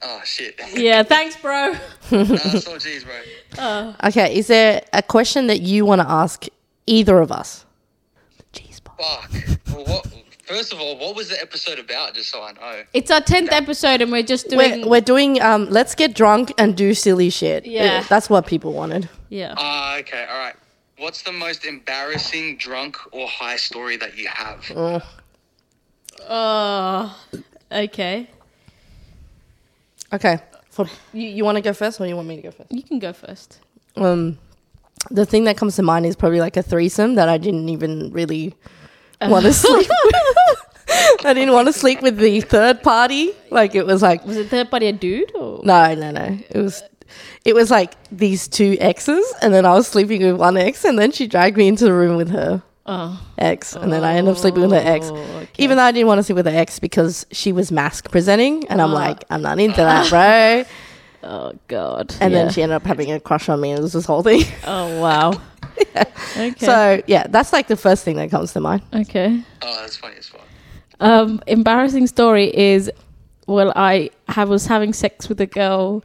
[SPEAKER 6] Oh shit.
[SPEAKER 1] yeah. Thanks, bro.
[SPEAKER 6] nah, it's all G's, bro.
[SPEAKER 2] okay. Is there a question that you want to ask either of us? Jeez, Bob.
[SPEAKER 6] Fuck. Well, what? First of all, what was the episode about? Just so I know.
[SPEAKER 1] It's our tenth episode, and we're just doing.
[SPEAKER 2] We're, we're doing um let's get drunk and do silly shit.
[SPEAKER 1] Yeah.
[SPEAKER 2] That's what people wanted.
[SPEAKER 1] yeah.
[SPEAKER 6] Ah, okay. All right. What's the most embarrassing drunk or high story that you have?
[SPEAKER 2] Uh,
[SPEAKER 1] Oh. Okay.
[SPEAKER 2] Okay. For, you you want to go first or you want me to go first?
[SPEAKER 1] You can go first.
[SPEAKER 2] Um the thing that comes to mind is probably like a threesome that I didn't even really want to sleep with. I didn't want to sleep with the third party. Like it was like
[SPEAKER 1] Was it third party a dude or?
[SPEAKER 2] no, no, no. It was it was like these two exes and then I was sleeping with one ex and then she dragged me into the room with her.
[SPEAKER 1] Oh.
[SPEAKER 2] ex, and then I end up sleeping with her ex,
[SPEAKER 1] Oh, okay.
[SPEAKER 2] even though I didn't want to sleep with her ex because she was mask presenting, and
[SPEAKER 1] Ah.
[SPEAKER 2] I'm like, I'm not into that, bro.
[SPEAKER 1] Oh God.
[SPEAKER 2] And
[SPEAKER 1] Yeah.
[SPEAKER 2] then she ended up having a crush on me, and it was this whole thing.
[SPEAKER 1] Oh wow. Okay.
[SPEAKER 2] So yeah, that's like the first thing that comes to mind.
[SPEAKER 1] okay.
[SPEAKER 6] Oh, that's funny as fuck.
[SPEAKER 1] Um, embarrassing story is, well, I ha- was having sex with a girl,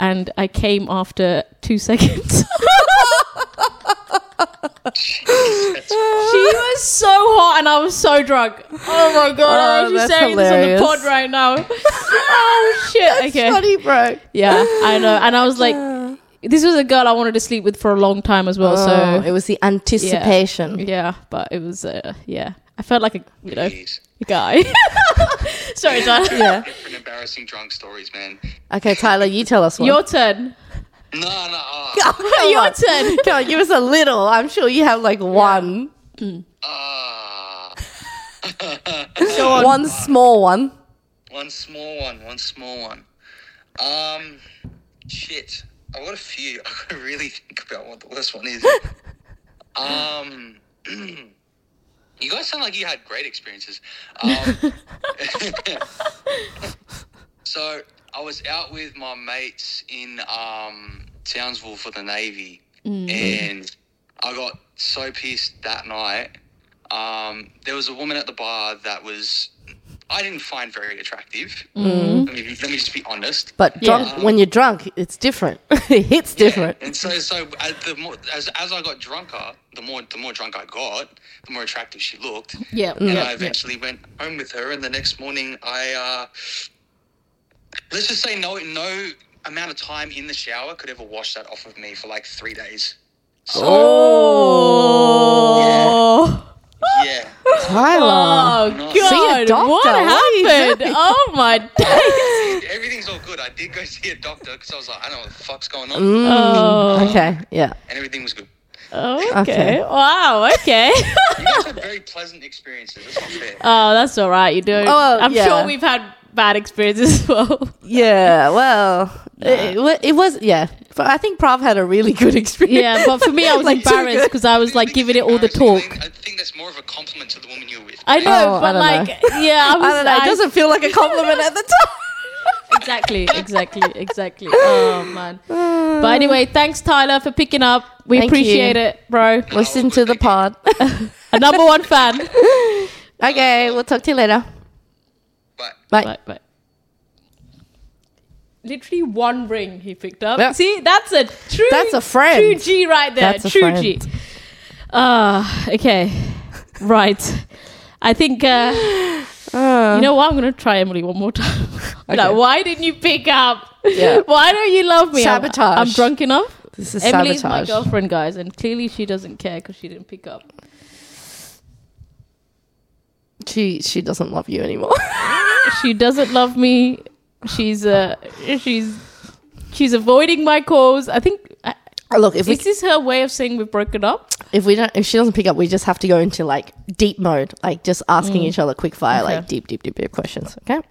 [SPEAKER 1] and I came after two seconds. She was so hot and I was so drunk. Oh my god,
[SPEAKER 2] Oh,
[SPEAKER 1] I was just
[SPEAKER 2] that's
[SPEAKER 1] saying this
[SPEAKER 2] hilarious.
[SPEAKER 1] on the pod right now. oh shit. Okay.
[SPEAKER 2] Funny, bro.
[SPEAKER 1] Yeah, I know. And I was like, this was a girl I wanted to sleep with for a long time as well.
[SPEAKER 2] So
[SPEAKER 1] so
[SPEAKER 2] Oh, it was the anticipation.
[SPEAKER 1] yeah, but it was uh, yeah. I felt like a you know
[SPEAKER 6] Jeez.
[SPEAKER 1] a guy. Sorry, Tyler.
[SPEAKER 2] Yeah.
[SPEAKER 6] Different embarrassing drunk stories, man.
[SPEAKER 2] Okay, Tyler, you tell us one.
[SPEAKER 1] Your turn.
[SPEAKER 6] No, no. ah.
[SPEAKER 2] Come
[SPEAKER 1] Your
[SPEAKER 2] on.
[SPEAKER 1] turn.
[SPEAKER 2] Come on, give us a little. I'm sure you have like one,
[SPEAKER 6] Ah.
[SPEAKER 2] one small one.
[SPEAKER 6] one small one. One small one. Um. Shit. I've got a few. I gotta really think about what the worst one is. um, you guys sound like you had great experiences. Um, so I was out with my mates in um, Townsville for the Navy, and I got so pissed that night. Um, there was a woman at the bar that was I didn't find very attractive. Let, me, let me just be honest.
[SPEAKER 2] But drunk, when you're drunk, it's different. it hits different.
[SPEAKER 6] And so, so as, the more, as, as I got drunker, the more the more drunk I got, the more attractive she looked.
[SPEAKER 1] Yeah.
[SPEAKER 6] And
[SPEAKER 2] Mm.
[SPEAKER 1] yeah,
[SPEAKER 6] I eventually went home with her, and the next morning, I uh, let's just say no no amount of time in the shower could ever wash that off of me for like three days.
[SPEAKER 1] Oh.
[SPEAKER 6] Yeah,
[SPEAKER 2] Tyler.
[SPEAKER 1] Oh
[SPEAKER 6] No.
[SPEAKER 1] God!
[SPEAKER 6] See a
[SPEAKER 2] doctor,
[SPEAKER 1] What
[SPEAKER 2] what are you
[SPEAKER 1] happened?
[SPEAKER 2] doing?
[SPEAKER 1] Oh my days!
[SPEAKER 6] everything's all good. I did go see a doctor because I was like, I don't know what the fuck's going on,
[SPEAKER 2] Mm.
[SPEAKER 1] Oh,
[SPEAKER 2] Okay. Yeah.
[SPEAKER 6] and everything was good.
[SPEAKER 1] okay.
[SPEAKER 2] Okay.
[SPEAKER 1] Wow. Okay.
[SPEAKER 6] You guys had very pleasant experiences. That's not fair.
[SPEAKER 1] oh, that's all right. You do.
[SPEAKER 2] Oh,
[SPEAKER 1] I'm
[SPEAKER 2] yeah.
[SPEAKER 1] sure we've had bad experiences as well.
[SPEAKER 2] Yeah. Well, it, it wa- it was. Yeah. But I think Prav had a really good experience.
[SPEAKER 1] Yeah, but for me, I was
[SPEAKER 2] Like, too
[SPEAKER 1] embarrassed
[SPEAKER 2] good.
[SPEAKER 1] because I was
[SPEAKER 6] I
[SPEAKER 1] like
[SPEAKER 6] think
[SPEAKER 1] giving
[SPEAKER 6] it's
[SPEAKER 1] it all the
[SPEAKER 6] embarrassing.
[SPEAKER 1] talk.
[SPEAKER 6] I think that's more of a compliment to the woman you're with.
[SPEAKER 1] I know,
[SPEAKER 2] Oh, I
[SPEAKER 1] but
[SPEAKER 2] don't
[SPEAKER 1] like, yeah, I was.
[SPEAKER 2] I don't know. It doesn't feel like a compliment at the time.
[SPEAKER 1] exactly, exactly, exactly. Oh man. But anyway, thanks Tyler for picking up. We
[SPEAKER 2] Thank
[SPEAKER 1] appreciate
[SPEAKER 2] you.
[SPEAKER 1] it, bro.
[SPEAKER 2] Listen to the pod.
[SPEAKER 1] A number one fan.
[SPEAKER 2] okay. We'll talk to you later.
[SPEAKER 6] But
[SPEAKER 2] Bye.
[SPEAKER 1] Right, right. Literally one ring he picked up.
[SPEAKER 2] Yeah.
[SPEAKER 1] See, that's a true.
[SPEAKER 2] That's a friend.
[SPEAKER 1] True G right there.
[SPEAKER 2] That's a
[SPEAKER 1] true G. Ah, okay, right. I think uh, you know what. I'm gonna try Emily one more time. Like,
[SPEAKER 2] Uh. Okay.
[SPEAKER 1] why didn't you pick up?
[SPEAKER 2] Yeah.
[SPEAKER 1] Why don't you love me? I'm-
[SPEAKER 2] Sabotage.
[SPEAKER 1] I'm, drunk enough.
[SPEAKER 2] This is
[SPEAKER 1] Emily's
[SPEAKER 2] sabotage.
[SPEAKER 1] my girlfriend, guys, and clearly she doesn't care because she didn't pick up.
[SPEAKER 2] She she doesn't love you anymore.
[SPEAKER 1] she doesn't love me. She's uh she's she's avoiding my calls. I think I-
[SPEAKER 2] Look, if we
[SPEAKER 1] is this her way of saying we've broken up?
[SPEAKER 2] if we don't if she doesn't pick up, we just have to go into like deep mode, like just asking each other quick fire,
[SPEAKER 1] Mm. Okay.
[SPEAKER 2] like deep, deep, deep, deep questions. Okay.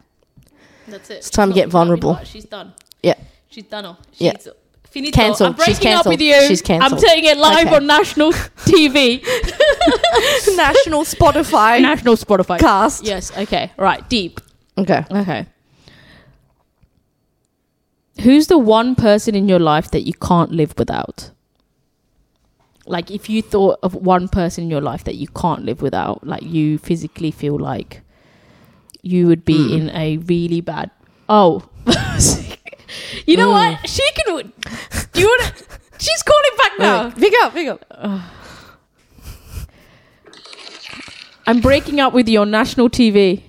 [SPEAKER 1] That's it. It's
[SPEAKER 2] time to get vulnerable.
[SPEAKER 1] She's done.
[SPEAKER 2] Yeah.
[SPEAKER 1] She's done. all. She's
[SPEAKER 2] Yeah.
[SPEAKER 1] Finito.
[SPEAKER 2] Cancelled.
[SPEAKER 1] I'm breaking
[SPEAKER 2] She's
[SPEAKER 1] up with
[SPEAKER 2] cancelled.
[SPEAKER 1] you.
[SPEAKER 2] She's
[SPEAKER 1] I'm
[SPEAKER 2] cancelled.
[SPEAKER 1] saying it live
[SPEAKER 2] Okay.
[SPEAKER 1] on national TV,
[SPEAKER 2] National Spotify.
[SPEAKER 1] national Spotify
[SPEAKER 2] Cast.
[SPEAKER 1] Yes. Okay. Right. Deep.
[SPEAKER 2] okay.
[SPEAKER 1] Okay. Who's the one person in your life that you can't live without? Like, if you thought of one person in your life that you can't live without, like you physically feel like you would be
[SPEAKER 2] Hmm.
[SPEAKER 1] in a really bad. Oh, you know
[SPEAKER 2] Hmm.
[SPEAKER 1] what? She can. Do you want to? She's calling back now.
[SPEAKER 2] Pick up, pick up.
[SPEAKER 1] I'm breaking up with you on national TV.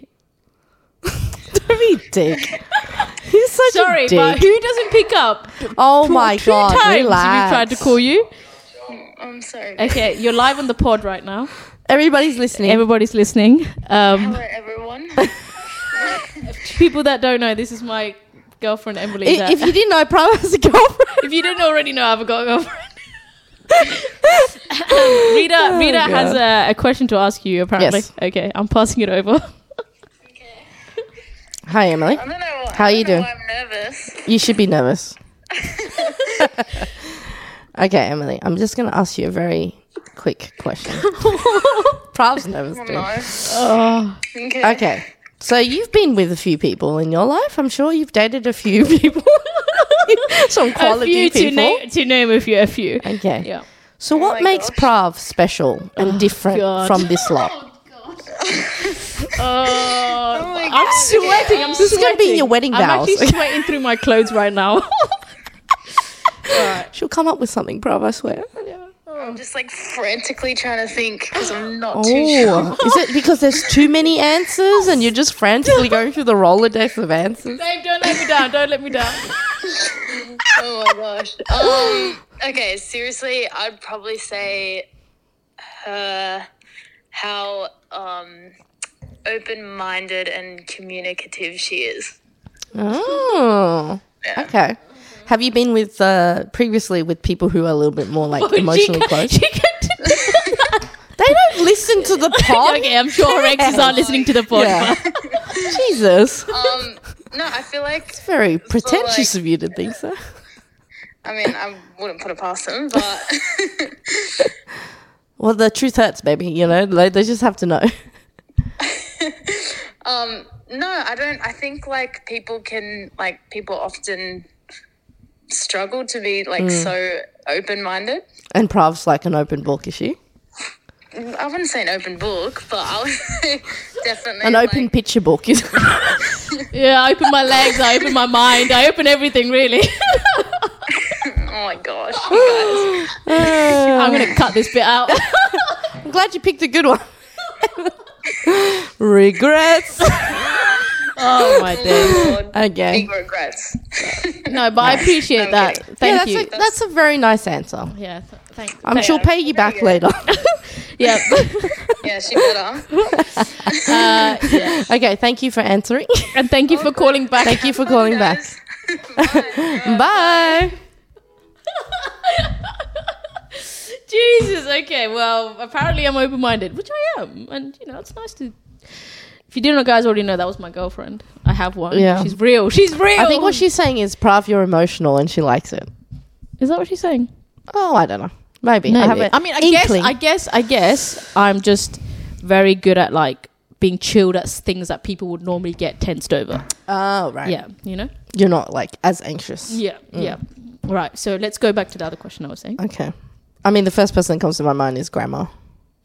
[SPEAKER 2] Don't be a dick. He's such
[SPEAKER 1] Sorry,
[SPEAKER 2] a dick.
[SPEAKER 1] but who doesn't pick up?
[SPEAKER 2] oh my
[SPEAKER 1] Two
[SPEAKER 2] god,
[SPEAKER 1] times
[SPEAKER 2] relax.
[SPEAKER 1] we tried to call you.
[SPEAKER 3] Mm, I'm sorry.
[SPEAKER 1] Okay, you're live on the pod right now.
[SPEAKER 2] Everybody's listening.
[SPEAKER 1] Everybody's listening. Um,
[SPEAKER 3] Hello, everyone.
[SPEAKER 1] people that don't know, this is my girlfriend Emily.
[SPEAKER 2] I-
[SPEAKER 1] that-
[SPEAKER 2] if you didn't know, Prava has a girlfriend.
[SPEAKER 1] if you didn't already know, I've got a girlfriend. Rita, Rita has a, a question to ask you. Apparently,
[SPEAKER 2] Oh Yes.
[SPEAKER 1] okay, I'm passing it over.
[SPEAKER 2] Hi Emily.
[SPEAKER 3] I don't know. why-
[SPEAKER 2] How
[SPEAKER 3] I
[SPEAKER 2] you
[SPEAKER 3] don't know
[SPEAKER 2] doing?
[SPEAKER 3] why I'm nervous.
[SPEAKER 2] You should be nervous. okay, Emily. I'm just gonna ask you a very quick question. Prav's nervous too.
[SPEAKER 3] No.
[SPEAKER 1] Oh,
[SPEAKER 3] Okay.
[SPEAKER 2] Okay. So you've been with a few people in your life. I'm sure you've dated a few people. Some
[SPEAKER 1] a
[SPEAKER 2] quality
[SPEAKER 1] few to,
[SPEAKER 2] people.
[SPEAKER 1] na- to name a few, a few.
[SPEAKER 2] Okay.
[SPEAKER 1] Yeah.
[SPEAKER 2] So what
[SPEAKER 3] Oh my
[SPEAKER 2] makes
[SPEAKER 3] gosh.
[SPEAKER 2] Prav special and different
[SPEAKER 1] God.
[SPEAKER 2] from this lot?
[SPEAKER 1] Oh,
[SPEAKER 3] my
[SPEAKER 1] I'm sweating. I'm
[SPEAKER 2] This is gonna be in your wedding
[SPEAKER 1] I'm
[SPEAKER 2] vows.
[SPEAKER 1] actually sweating through my clothes right now.
[SPEAKER 2] She'll come up with something, Prav, I swear.
[SPEAKER 3] I'm just like frantically trying to think because I'm not too sure.
[SPEAKER 2] Oh, is it because there's too many answers and you're just frantically going through the Rolodex of answers?
[SPEAKER 1] Babe, don't let me down. Don't let me down.
[SPEAKER 3] Oh my gosh. Um. Okay. Seriously, I'd probably say her how um open-minded and communicative she is.
[SPEAKER 2] Oh, okay. Have you been with uh, previously with people who are a little bit more like emotionally
[SPEAKER 1] she
[SPEAKER 2] close?
[SPEAKER 1] Can, she can
[SPEAKER 2] They don't listen to the pod.
[SPEAKER 1] okay, I'm sure her exes aren't listening to the podcast.
[SPEAKER 2] Yeah. Jesus.
[SPEAKER 3] Um. No, I feel like
[SPEAKER 2] Very pretentious
[SPEAKER 3] like-
[SPEAKER 2] of you to think so.
[SPEAKER 3] I mean, I wouldn't put it past them, but
[SPEAKER 2] Well, the truth hurts, baby. You know, they, they just have to know.
[SPEAKER 3] no, I don't. I think like people can like people often struggle to be
[SPEAKER 2] Hmm.
[SPEAKER 3] like so open minded.
[SPEAKER 2] And Prav's like an open book issue,
[SPEAKER 3] I wouldn't say an open book, but I would definitely
[SPEAKER 2] an
[SPEAKER 3] like-
[SPEAKER 2] open picture book. is-
[SPEAKER 1] Yeah, I open my legs, I open my mind, I open everything really.
[SPEAKER 3] Oh my gosh, you guys.
[SPEAKER 1] I'm gonna cut this bit out.
[SPEAKER 2] I'm glad you picked a good one. Regrets
[SPEAKER 1] oh my days.
[SPEAKER 3] Lord,
[SPEAKER 2] again.
[SPEAKER 3] big regrets.
[SPEAKER 1] No, but I appreciate
[SPEAKER 3] I'm
[SPEAKER 1] that.
[SPEAKER 3] kidding.
[SPEAKER 2] Yeah,
[SPEAKER 1] Thank
[SPEAKER 2] that's, A,
[SPEAKER 1] you.
[SPEAKER 2] that's a very nice answer.
[SPEAKER 1] yeah, th- thanks.
[SPEAKER 2] I'm sure pay you back later.
[SPEAKER 1] Yeah.
[SPEAKER 3] Yeah, she better.
[SPEAKER 1] Uh, yeah.
[SPEAKER 2] okay, thank you for answering.
[SPEAKER 1] And thank you for calling back.
[SPEAKER 2] thank you for calling back.
[SPEAKER 3] Guys.
[SPEAKER 2] Bye.
[SPEAKER 1] Jesus. Okay. Well, apparently I'm open-minded, which I am, and you know it's nice to. If you didn't know, guys already know that was my girlfriend. I have one.
[SPEAKER 2] Yeah.
[SPEAKER 1] She's real. She's real.
[SPEAKER 2] I think what she's saying is, Prav, you're emotional and she likes it.
[SPEAKER 1] is that what she's saying?
[SPEAKER 2] Oh, I don't know. Maybe. I,
[SPEAKER 1] Maybe.
[SPEAKER 2] haven't
[SPEAKER 1] I mean, I
[SPEAKER 2] inkling.
[SPEAKER 1] guess, I guess, I guess, I'm just very good at like being chilled at things that people would normally get tensed over.
[SPEAKER 2] Oh, right.
[SPEAKER 1] Yeah, you know.
[SPEAKER 2] You're not like as anxious.
[SPEAKER 1] Yeah, yeah. Right. So let's go back to the other question I was saying.
[SPEAKER 2] Okay. I mean, the first person that comes to my mind is Grandma.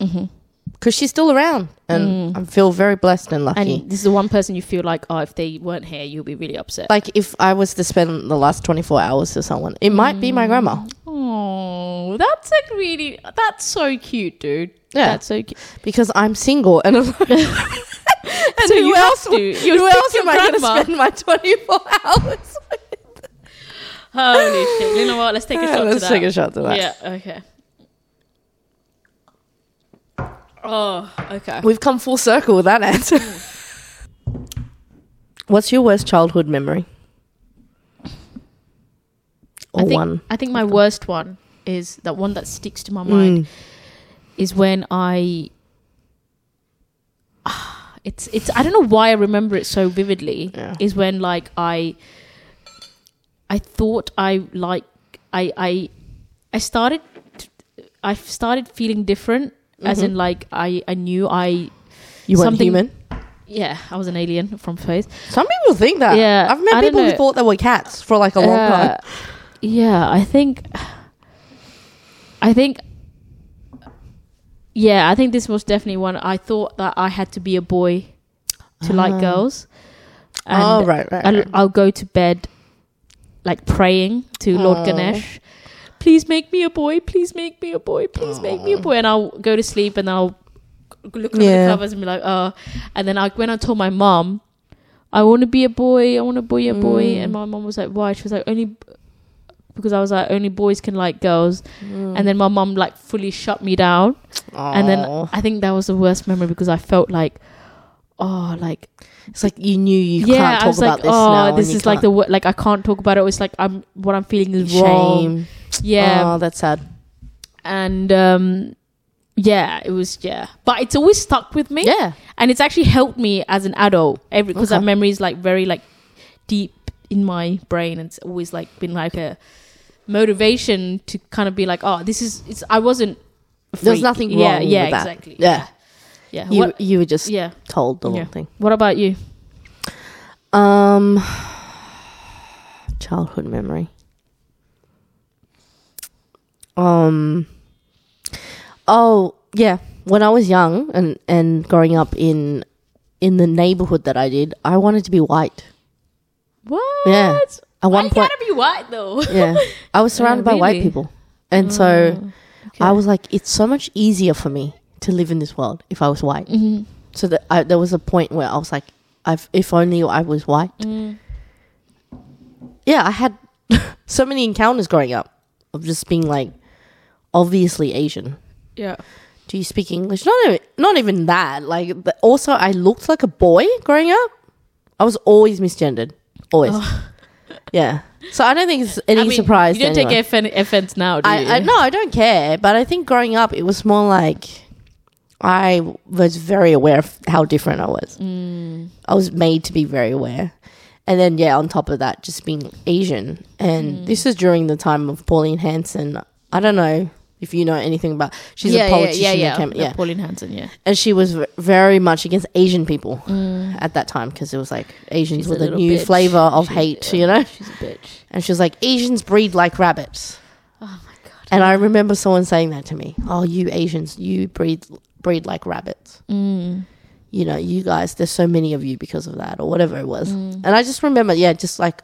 [SPEAKER 1] Mm-hmm.
[SPEAKER 2] Because she's still around and I feel very blessed and
[SPEAKER 1] Mm. And
[SPEAKER 2] lucky.
[SPEAKER 1] this is the one person you feel like, oh, if they weren't here, you'll be really upset.
[SPEAKER 2] like, if I was to spend the last 24 hours with someone, it might be my
[SPEAKER 1] Mm.
[SPEAKER 2] grandma.
[SPEAKER 1] oh, that's like really, that's so cute, dude.
[SPEAKER 2] Yeah.
[SPEAKER 1] That's so cute.
[SPEAKER 2] because I'm single and alone. and
[SPEAKER 1] So
[SPEAKER 2] who
[SPEAKER 1] you have
[SPEAKER 2] else,
[SPEAKER 1] to.
[SPEAKER 2] would-
[SPEAKER 1] You
[SPEAKER 2] who
[SPEAKER 1] pick
[SPEAKER 2] else
[SPEAKER 1] your
[SPEAKER 2] am I going to
[SPEAKER 1] grandma.
[SPEAKER 2] spend my 24 hours with?
[SPEAKER 1] Holy shit. You know what? Let's take a
[SPEAKER 2] Yeah,
[SPEAKER 1] shot
[SPEAKER 2] let's
[SPEAKER 1] to that.
[SPEAKER 2] take a shot to that.
[SPEAKER 1] Yeah, okay. Oh, okay.
[SPEAKER 2] We've come full circle with that answer. What's your worst childhood memory? Or
[SPEAKER 1] I think,
[SPEAKER 2] one?
[SPEAKER 1] I think my worst one is that one that sticks to my
[SPEAKER 2] Mm.
[SPEAKER 1] mind is when I. Ah, It's it's I don't know why I remember it so vividly.
[SPEAKER 2] Yeah.
[SPEAKER 1] Is when like I. I thought I like I I I started I started feeling different
[SPEAKER 2] Mm-hmm.
[SPEAKER 1] as in like I I knew I
[SPEAKER 2] You weren't
[SPEAKER 1] something-
[SPEAKER 2] human?
[SPEAKER 1] yeah I was an alien from space
[SPEAKER 2] Some people think that.
[SPEAKER 1] Yeah,
[SPEAKER 2] I've met
[SPEAKER 1] I don't
[SPEAKER 2] people who
[SPEAKER 1] know.
[SPEAKER 2] thought they were cats for like a long
[SPEAKER 1] Uh,
[SPEAKER 2] time.
[SPEAKER 1] Yeah, I think. I think. Yeah, I think this was definitely one. I thought that I had to be a boy to like girls.
[SPEAKER 2] Uh-huh. Oh, right, right,
[SPEAKER 1] I'll,
[SPEAKER 2] right.
[SPEAKER 1] I'll go to bed, like praying to Lord Ganesh. Please make me a boy. Please make me a boy. Please make me a boy. And I'll go to sleep and I'll look over
[SPEAKER 2] Yeah.
[SPEAKER 1] the covers and be like, oh. And then I, when I told my mom, I want to be a boy. I want to be a boy.
[SPEAKER 2] Mm.
[SPEAKER 1] And my mom was like, why? She was like, only because I was like, only boys can like girls.
[SPEAKER 2] Mm.
[SPEAKER 1] And then my mom like fully shut me down. And then
[SPEAKER 2] Aw.
[SPEAKER 1] I think that was the worst memory because I felt like, oh, like
[SPEAKER 2] it's like you knew you
[SPEAKER 1] yeah,
[SPEAKER 2] can't
[SPEAKER 1] I
[SPEAKER 2] talk
[SPEAKER 1] was
[SPEAKER 2] about
[SPEAKER 1] like,
[SPEAKER 2] this now.
[SPEAKER 1] oh,
[SPEAKER 2] and
[SPEAKER 1] this
[SPEAKER 2] you
[SPEAKER 1] is like the
[SPEAKER 2] can't-
[SPEAKER 1] wo- like I can't talk about it. It's like I'm what I'm feeling is wrong.
[SPEAKER 2] shame.
[SPEAKER 1] Yeah,
[SPEAKER 2] Oh, that's sad.
[SPEAKER 1] and um yeah it was yeah but it's always stuck with me
[SPEAKER 2] Yeah.
[SPEAKER 1] and it's actually helped me as an adult every because
[SPEAKER 2] Okay.
[SPEAKER 1] that memory is like very like deep in my brain and it's always like been like a motivation to kind of be like oh this is it's i wasn't a
[SPEAKER 2] There's
[SPEAKER 1] freak.
[SPEAKER 2] nothing wrong
[SPEAKER 1] yeah
[SPEAKER 2] with
[SPEAKER 1] yeah
[SPEAKER 2] that.
[SPEAKER 1] exactly
[SPEAKER 2] Yeah.
[SPEAKER 1] yeah
[SPEAKER 2] You,
[SPEAKER 1] what,
[SPEAKER 2] you were just
[SPEAKER 1] yeah
[SPEAKER 2] told the
[SPEAKER 1] yeah.
[SPEAKER 2] wrong thing.
[SPEAKER 1] what about you
[SPEAKER 2] Um, childhood memory. Um, oh yeah, when I was young and and growing up in in the neighborhood that I did, I wanted to be white.
[SPEAKER 1] what
[SPEAKER 2] Yeah, at
[SPEAKER 1] Why
[SPEAKER 2] one
[SPEAKER 1] you
[SPEAKER 2] point,
[SPEAKER 1] gotta be white though
[SPEAKER 2] yeah, I was surrounded by white
[SPEAKER 1] really?
[SPEAKER 2] people, and so I was like, it's so much easier for me to live in this world if I was white. So that I, there was a point where I was like, I've, if only I was white. Yeah, I had so many encounters growing up of just being like, obviously Asian.
[SPEAKER 1] yeah
[SPEAKER 2] Do you speak English? Not even, not even that. Like, but also I looked like a boy growing up. I was always misgendered, always. Yeah. So I don't think it's any
[SPEAKER 1] Oh. I mean,
[SPEAKER 2] surprise.
[SPEAKER 1] you don't
[SPEAKER 2] to anyone.
[SPEAKER 1] take offen- offense now do you
[SPEAKER 2] I, I no, I don't care. But I think growing up, it was more like I
[SPEAKER 1] Mm.
[SPEAKER 2] was very aware of how different I was. I was made to be very aware, And then yeah, on top of that, just being Asian,
[SPEAKER 1] Mm.
[SPEAKER 2] and this is during the time of Pauline Hanson. I don't know if you know anything about. She's
[SPEAKER 1] yeah,
[SPEAKER 2] a
[SPEAKER 1] yeah,
[SPEAKER 2] politician.
[SPEAKER 1] yeah,
[SPEAKER 2] who
[SPEAKER 1] yeah,
[SPEAKER 2] came-
[SPEAKER 1] yeah. Pauline Hanson, yeah.
[SPEAKER 2] and she was v- very much against Asian people at that time because it was like Asians
[SPEAKER 1] Mm.
[SPEAKER 2] were
[SPEAKER 1] a
[SPEAKER 2] the
[SPEAKER 1] little
[SPEAKER 2] new
[SPEAKER 1] bitch.
[SPEAKER 2] flavor of
[SPEAKER 1] She's-
[SPEAKER 2] hate,
[SPEAKER 1] yeah,
[SPEAKER 2] you know.
[SPEAKER 1] She's a bitch.
[SPEAKER 2] And she was like, Asians breed like rabbits.
[SPEAKER 1] Oh my god.
[SPEAKER 2] And I remember someone saying that to me. Oh, you Asians, you breed breed like rabbits. Mm. You know, you guys, there's so many of you because of that, or whatever it was.
[SPEAKER 1] Mm.
[SPEAKER 2] And I just remember, yeah, just like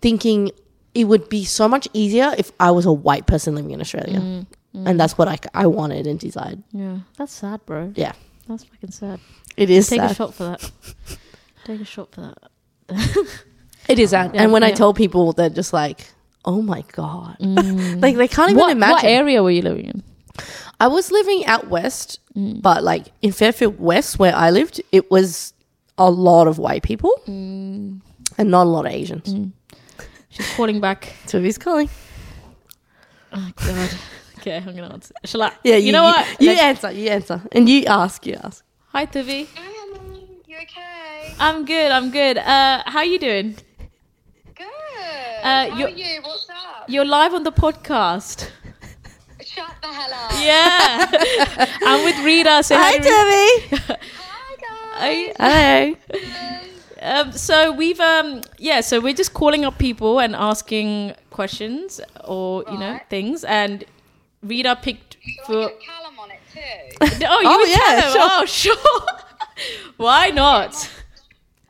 [SPEAKER 2] thinking it would be so much easier if I was a white person living in Australia.
[SPEAKER 1] Mm.
[SPEAKER 2] And that's what I, I wanted and desired.
[SPEAKER 1] Yeah, that's sad, bro.
[SPEAKER 2] Yeah,
[SPEAKER 1] That's fucking sad.
[SPEAKER 2] it is
[SPEAKER 1] Take
[SPEAKER 2] sad.
[SPEAKER 1] a shot for that. Take a shot for that.
[SPEAKER 2] It is sad.
[SPEAKER 1] Yeah,
[SPEAKER 2] and when I
[SPEAKER 1] yeah.
[SPEAKER 2] tell people, they're just like, oh my God. like, they can't even
[SPEAKER 1] Mm. What,
[SPEAKER 2] imagine.
[SPEAKER 1] what area were you living in?
[SPEAKER 2] I was living out west,
[SPEAKER 1] Mm.
[SPEAKER 2] but like in Fairfield West, where I lived, it was a lot of white people
[SPEAKER 1] Mm.
[SPEAKER 2] and not a lot of Asians.
[SPEAKER 1] She's calling back.
[SPEAKER 2] So he's calling.
[SPEAKER 1] Oh god. okay, I'm gonna answer. Shall I?
[SPEAKER 2] Yeah,
[SPEAKER 1] you, know what?
[SPEAKER 2] You
[SPEAKER 1] Let's-
[SPEAKER 2] answer, you answer, and you ask, you ask.
[SPEAKER 1] Hi, Tavi.
[SPEAKER 7] Hi, Emily. You okay?
[SPEAKER 1] I'm good. I'm good. Uh, how you doing?
[SPEAKER 7] Good.
[SPEAKER 1] Uh,
[SPEAKER 7] How
[SPEAKER 1] you-
[SPEAKER 7] are you? What's up?
[SPEAKER 1] You're live on the podcast.
[SPEAKER 7] Shut the hell up.
[SPEAKER 1] Yeah, I'm with Rita. So
[SPEAKER 2] Hi, Debbie.
[SPEAKER 7] Hi, guys.
[SPEAKER 2] Hello.
[SPEAKER 1] Um, so we've um, yeah. So we're just calling up people and asking questions or you know
[SPEAKER 7] Right.
[SPEAKER 1] things. And Rita picked
[SPEAKER 7] Can I
[SPEAKER 1] for
[SPEAKER 7] get Callum on it too.
[SPEAKER 1] oh you
[SPEAKER 2] Oh,
[SPEAKER 1] would
[SPEAKER 2] yeah,
[SPEAKER 1] tell them. oh sure why not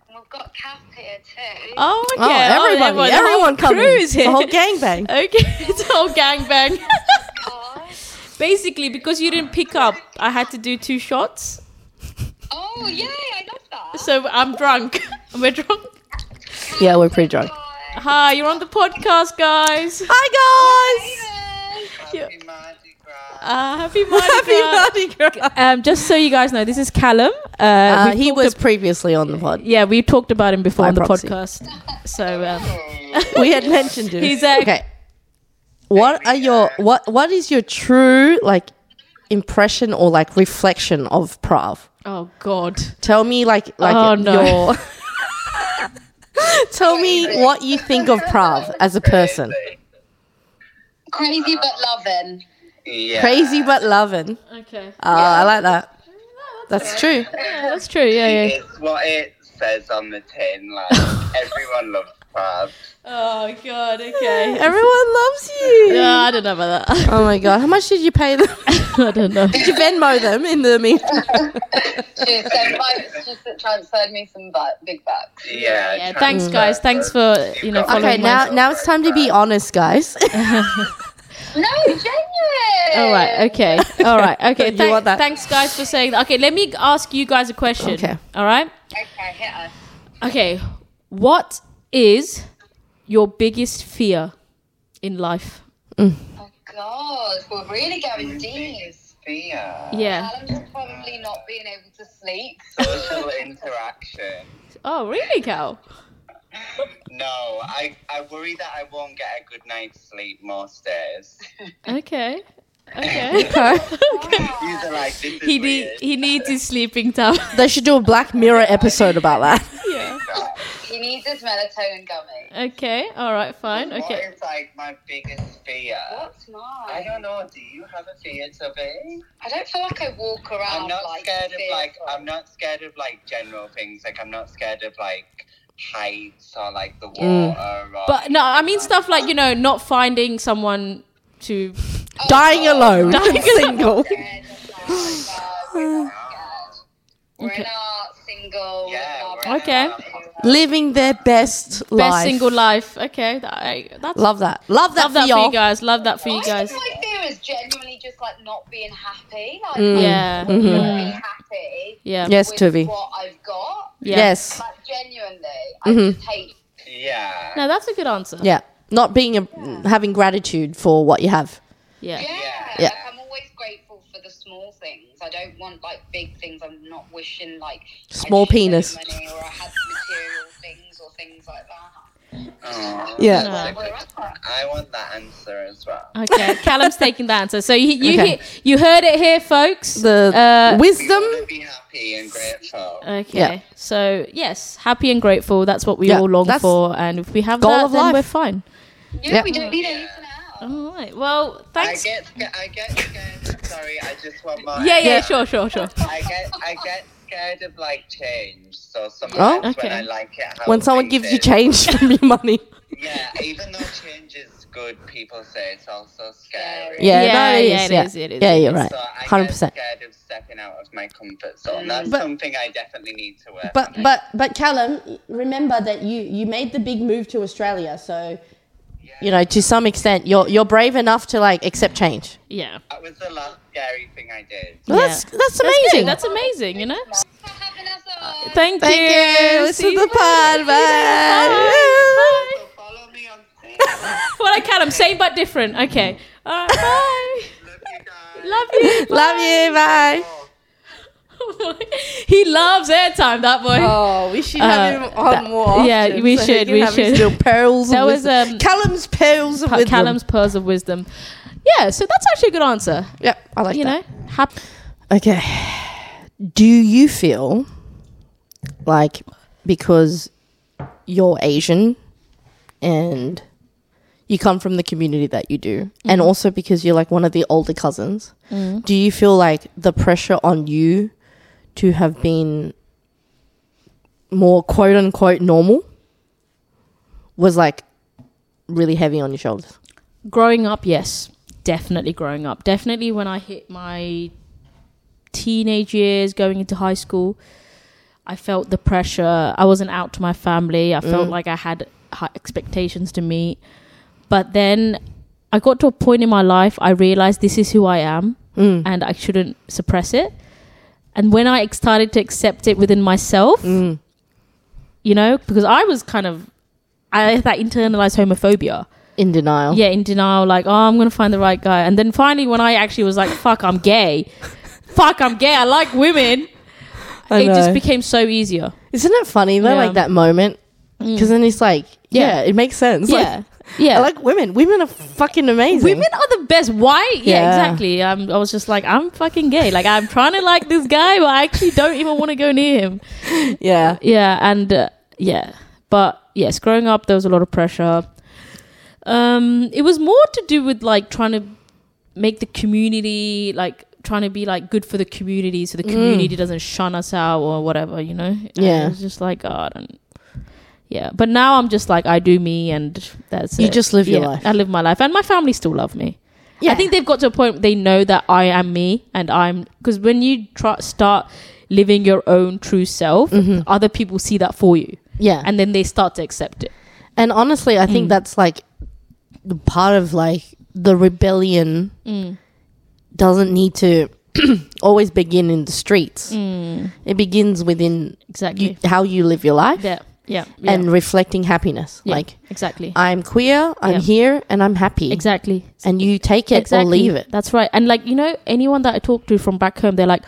[SPEAKER 7] And We've got Kath here too.
[SPEAKER 1] oh okay
[SPEAKER 2] Oh, everybody,
[SPEAKER 1] the whole
[SPEAKER 2] everyone coming.
[SPEAKER 1] crew is
[SPEAKER 2] The
[SPEAKER 1] here
[SPEAKER 2] whole gangbang.
[SPEAKER 1] okay it's a whole gangbang.
[SPEAKER 7] Guys.
[SPEAKER 1] Basically, because you didn't pick up, I had to do two shots.
[SPEAKER 7] Oh, yay, I love that.
[SPEAKER 1] So I'm drunk. We're drunk.
[SPEAKER 2] Yeah, we're pretty drunk.
[SPEAKER 7] Guys.
[SPEAKER 1] Hi, you're on the podcast, guys.
[SPEAKER 2] Ah. Hi,
[SPEAKER 1] Happy
[SPEAKER 5] Mardi Gras.
[SPEAKER 1] Uh, happy Mardi
[SPEAKER 2] guys. Happy
[SPEAKER 1] Gras.
[SPEAKER 2] Mardi Gras.
[SPEAKER 1] Um, just so you guys know, this is Callum. Uh,
[SPEAKER 2] Uh,
[SPEAKER 1] we've
[SPEAKER 2] he
[SPEAKER 1] talked
[SPEAKER 2] was
[SPEAKER 1] ab-
[SPEAKER 2] previously on the pod.
[SPEAKER 1] yeah, we talked about him before
[SPEAKER 2] By
[SPEAKER 1] on the
[SPEAKER 2] proxy.
[SPEAKER 1] podcast. So um,
[SPEAKER 2] We had mentioned him.
[SPEAKER 1] He's a-
[SPEAKER 2] okay. What are your what What is your true like impression or like reflection of Prav?
[SPEAKER 1] oh god,
[SPEAKER 2] Tell me like like
[SPEAKER 1] Oh, no.
[SPEAKER 2] your. Tell me what you think of Prav as a person.
[SPEAKER 7] Crazy but loving.
[SPEAKER 5] Yeah.
[SPEAKER 2] Crazy but loving.
[SPEAKER 1] okay,
[SPEAKER 2] Oh, I like that. That's true.
[SPEAKER 1] yeah, that's true. Yeah, yeah.
[SPEAKER 5] It's what it says on the tin. Like everyone loves Prav.
[SPEAKER 1] Oh god, okay.
[SPEAKER 2] Everyone loves you.
[SPEAKER 1] Yeah, Uh, I don't know about that.
[SPEAKER 2] Oh my god, how much did you pay them?
[SPEAKER 1] I don't know.
[SPEAKER 2] did you Venmo them in the meantime?
[SPEAKER 7] She sent my, she sent- transferred me some bu- big bucks.
[SPEAKER 5] Yeah.
[SPEAKER 1] Yeah,
[SPEAKER 5] try
[SPEAKER 1] thanks
[SPEAKER 5] and
[SPEAKER 1] guys.
[SPEAKER 5] Prav.
[SPEAKER 1] Thanks for you know.
[SPEAKER 5] Okay,
[SPEAKER 1] Following
[SPEAKER 2] Okay, now
[SPEAKER 1] my-
[SPEAKER 2] now it's time to be honest, guys.
[SPEAKER 7] No, genuine.
[SPEAKER 1] All right. Okay. All right. Okay.
[SPEAKER 2] You
[SPEAKER 1] thank-
[SPEAKER 2] want that?
[SPEAKER 1] Thanks, guys, for saying that. Okay, let me ask you guys a question.
[SPEAKER 2] Okay.
[SPEAKER 1] All right.
[SPEAKER 7] Okay, hit us.
[SPEAKER 1] Okay. What is your biggest fear in life?
[SPEAKER 7] Oh, God, we're really going deep.
[SPEAKER 5] Fear.
[SPEAKER 1] Yeah.
[SPEAKER 7] Callum's probably not being able to sleep.
[SPEAKER 5] Social interaction.
[SPEAKER 1] Oh, really, Cal?
[SPEAKER 5] No, I, I worry that I won't get a good night's sleep most days.
[SPEAKER 1] Okay. Okay.
[SPEAKER 5] These are like, this is
[SPEAKER 1] he
[SPEAKER 5] weird.
[SPEAKER 1] need, he needs his sleeping time.
[SPEAKER 2] They should do a Black Mirror episode about that.
[SPEAKER 1] yeah.
[SPEAKER 7] He needs his melatonin gummy.
[SPEAKER 1] Okay. All right. Fine.
[SPEAKER 5] What
[SPEAKER 1] Okay.
[SPEAKER 5] is like my biggest fear?
[SPEAKER 7] What's
[SPEAKER 5] I
[SPEAKER 7] mine?
[SPEAKER 5] don't know. Do you have a fear, Tubby?
[SPEAKER 7] I don't feel like I walk around.
[SPEAKER 5] I'm not
[SPEAKER 7] like,
[SPEAKER 5] scared of like.
[SPEAKER 7] fearful.
[SPEAKER 5] I'm not scared of like general things. Like I'm not scared of like heights or like the water.
[SPEAKER 2] Mm.
[SPEAKER 5] Or,
[SPEAKER 1] But no, I mean stuff like you know not finding someone to.
[SPEAKER 2] Dying alone,
[SPEAKER 1] Dying
[SPEAKER 2] single.
[SPEAKER 7] Scared of that, we're not scared. We're
[SPEAKER 1] Okay.
[SPEAKER 7] not single. we're
[SPEAKER 5] yeah.
[SPEAKER 7] not
[SPEAKER 5] we're
[SPEAKER 1] Okay.
[SPEAKER 5] not-
[SPEAKER 2] Living their best,
[SPEAKER 1] Best
[SPEAKER 2] life.
[SPEAKER 1] single life. Okay. That, I, that's
[SPEAKER 2] Love that. Love that
[SPEAKER 1] love that
[SPEAKER 2] for
[SPEAKER 1] for you
[SPEAKER 2] y'all.
[SPEAKER 1] guys. Love that for you
[SPEAKER 7] I
[SPEAKER 1] guys.
[SPEAKER 7] think my fear is genuinely just like not being happy. Like,
[SPEAKER 1] Mm. Yeah.
[SPEAKER 7] I'm not
[SPEAKER 1] Mhm.
[SPEAKER 7] being happy
[SPEAKER 1] Yeah.
[SPEAKER 2] Mm-hmm. Yes,
[SPEAKER 7] with
[SPEAKER 2] Tuvi.
[SPEAKER 7] what I've got.
[SPEAKER 1] Yeah.
[SPEAKER 2] Yes. Mm-hmm.
[SPEAKER 7] Like, genuinely, I just hate.
[SPEAKER 5] Yeah.
[SPEAKER 1] No, that's a good answer.
[SPEAKER 2] Yeah. Not being a, having gratitude for what you have.
[SPEAKER 1] Yeah.
[SPEAKER 7] Yeah,
[SPEAKER 2] Yeah.
[SPEAKER 7] Like, I'm always grateful for the small things. I don't want like big things. I'm not wishing like I
[SPEAKER 2] Small
[SPEAKER 7] just had
[SPEAKER 2] penis.
[SPEAKER 7] money or I had material things or things like that.
[SPEAKER 2] Yeah.
[SPEAKER 1] No.
[SPEAKER 5] I want that answer as well.
[SPEAKER 1] Okay, Callum's taking the answer. So you you,
[SPEAKER 2] Okay.
[SPEAKER 1] he- you heard it here, folks.
[SPEAKER 2] The
[SPEAKER 1] Uh,
[SPEAKER 2] wisdom.
[SPEAKER 5] We wanna be happy and grateful.
[SPEAKER 1] Okay.
[SPEAKER 2] Yeah.
[SPEAKER 1] So yes, happy and grateful. That's what we
[SPEAKER 2] Yeah,
[SPEAKER 1] all long
[SPEAKER 2] that's
[SPEAKER 1] for, and if we have
[SPEAKER 2] goal
[SPEAKER 1] that,
[SPEAKER 2] of
[SPEAKER 1] then
[SPEAKER 2] life.
[SPEAKER 1] we're fine.
[SPEAKER 3] Yeah,
[SPEAKER 2] Yeah.
[SPEAKER 3] we don't need anything else.
[SPEAKER 1] All right. Well,
[SPEAKER 5] I
[SPEAKER 1] thanks.
[SPEAKER 5] get, sca- I get scared. Sorry, I just want my.
[SPEAKER 1] yeah, yeah,
[SPEAKER 2] Yeah.
[SPEAKER 1] sure, sure, sure.
[SPEAKER 5] I get, I get scared of like change. So sometimes
[SPEAKER 1] okay.
[SPEAKER 5] when I like it, how
[SPEAKER 2] Oh, When someone
[SPEAKER 5] things
[SPEAKER 2] gives you
[SPEAKER 5] is-
[SPEAKER 2] change from your money.
[SPEAKER 5] Yeah, even though change is good, people say it's also scary.
[SPEAKER 2] Yeah,
[SPEAKER 1] Yeah,
[SPEAKER 2] no,
[SPEAKER 1] yeah,
[SPEAKER 2] is,
[SPEAKER 1] it
[SPEAKER 2] yeah.
[SPEAKER 1] is, it is,
[SPEAKER 2] Yeah,
[SPEAKER 1] it
[SPEAKER 2] you're
[SPEAKER 1] is.
[SPEAKER 2] right.
[SPEAKER 5] So I
[SPEAKER 2] Hundred
[SPEAKER 5] get
[SPEAKER 2] percent.
[SPEAKER 5] scared of stepping out of my comfort zone. That's
[SPEAKER 2] But-
[SPEAKER 5] something I definitely need to work
[SPEAKER 8] But
[SPEAKER 5] on.
[SPEAKER 8] but but Callum, remember that you you made the big move to Australia, so
[SPEAKER 2] You know, to some extent, you're you're brave enough to like accept change.
[SPEAKER 1] Yeah.
[SPEAKER 5] That was the last scary thing I did.
[SPEAKER 2] Well,
[SPEAKER 1] Yeah.
[SPEAKER 2] That's that's
[SPEAKER 1] That's
[SPEAKER 2] amazing.
[SPEAKER 1] good. That's amazing. You know.
[SPEAKER 3] For having us on.
[SPEAKER 1] Thank,
[SPEAKER 2] Thank you. Listen
[SPEAKER 1] See
[SPEAKER 2] to
[SPEAKER 1] you.
[SPEAKER 2] the pod, bye.
[SPEAKER 1] Bye.
[SPEAKER 5] Follow me on
[SPEAKER 1] Well, I can. I'm same but different. Okay. All right. Bye.
[SPEAKER 5] Love you guys.
[SPEAKER 1] Love you.
[SPEAKER 2] Love you. Bye.
[SPEAKER 1] he loves airtime. That boy.
[SPEAKER 2] Oh, we should
[SPEAKER 1] have Uh, him on that- more yeah, often we so he should, can we have his should. little
[SPEAKER 2] pearls.
[SPEAKER 1] That was, wisdom. um,
[SPEAKER 2] Callum's pearls
[SPEAKER 1] Pa- Callum's pearls of wisdom. Yeah. So that's actually a good answer.
[SPEAKER 2] Yeah, I like
[SPEAKER 1] you
[SPEAKER 2] that.
[SPEAKER 1] know. Hap-
[SPEAKER 2] Okay. Do you feel like because you're Asian and you come from the community that you do,
[SPEAKER 1] Mm-hmm.
[SPEAKER 2] and also because you're like one of the older cousins, do you feel like the pressure on you to have been more quote unquote normal was like really heavy on your shoulders?
[SPEAKER 1] growing up, yes, definitely growing up. Definitely when I hit my teenage years, going into high school, I felt the pressure. I wasn't out to my family. I felt like I had high expectations to meet. But then I got to a point in my life, I realized this is who I am and I shouldn't suppress it. And when I started to accept it within myself, you know, because I was kind of, I had that internalized homophobia
[SPEAKER 2] In denial.
[SPEAKER 1] yeah in denial like oh i'm gonna find the right guy and then finally when i actually was like fuck i'm gay fuck i'm gay i like women
[SPEAKER 2] I
[SPEAKER 1] it just
[SPEAKER 2] know.
[SPEAKER 1] became so easier
[SPEAKER 2] Isn't it funny though,
[SPEAKER 1] Yeah. Mm.
[SPEAKER 2] like that moment? Because then it's like, yeah,
[SPEAKER 1] Yeah.
[SPEAKER 2] it makes sense. Like,
[SPEAKER 1] yeah yeah
[SPEAKER 2] I like women. Women are fucking amazing.
[SPEAKER 1] women are the best why yeah,
[SPEAKER 2] Yeah.
[SPEAKER 1] exactly um, i was just like i'm fucking gay like i'm trying to like this guy but i actually don't even want to go near him
[SPEAKER 2] yeah.
[SPEAKER 1] yeah and uh, yeah but yes growing up there was a lot of pressure um it was more to do with like trying to make the community like trying to be like good for the community so the community doesn't shun us out or whatever you know And
[SPEAKER 2] Yeah.
[SPEAKER 1] it was just like oh, i don't yeah but now i'm just like i do me and that's
[SPEAKER 2] You
[SPEAKER 1] it.
[SPEAKER 2] just live your
[SPEAKER 1] Yeah,
[SPEAKER 2] life.
[SPEAKER 1] i live my life and my family still love me
[SPEAKER 2] Yeah.
[SPEAKER 1] I think they've got to a point they know that I am me and I'm because when you try, start living your own true self,
[SPEAKER 2] Mm-hmm.
[SPEAKER 1] other people see that for you
[SPEAKER 2] Yeah. And,
[SPEAKER 1] and then they start to accept it.
[SPEAKER 2] and honestly, I think
[SPEAKER 1] Mm.
[SPEAKER 2] that's like the part of like the rebellion
[SPEAKER 1] Mm.
[SPEAKER 2] doesn't need to always begin in the streets. It begins within
[SPEAKER 1] Mm. Exactly.
[SPEAKER 2] you, how you live your life
[SPEAKER 1] yeah. Yeah. yeah,
[SPEAKER 2] and reflecting happiness.
[SPEAKER 1] yeah,
[SPEAKER 2] Like,
[SPEAKER 1] exactly.
[SPEAKER 2] I'm queer, I'm
[SPEAKER 1] Yeah.
[SPEAKER 2] here, and I'm happy.
[SPEAKER 1] exactly.
[SPEAKER 2] And you take it
[SPEAKER 1] exactly.
[SPEAKER 2] or leave it.
[SPEAKER 1] That's right. And like you know, anyone that I talk to from back home, they're like,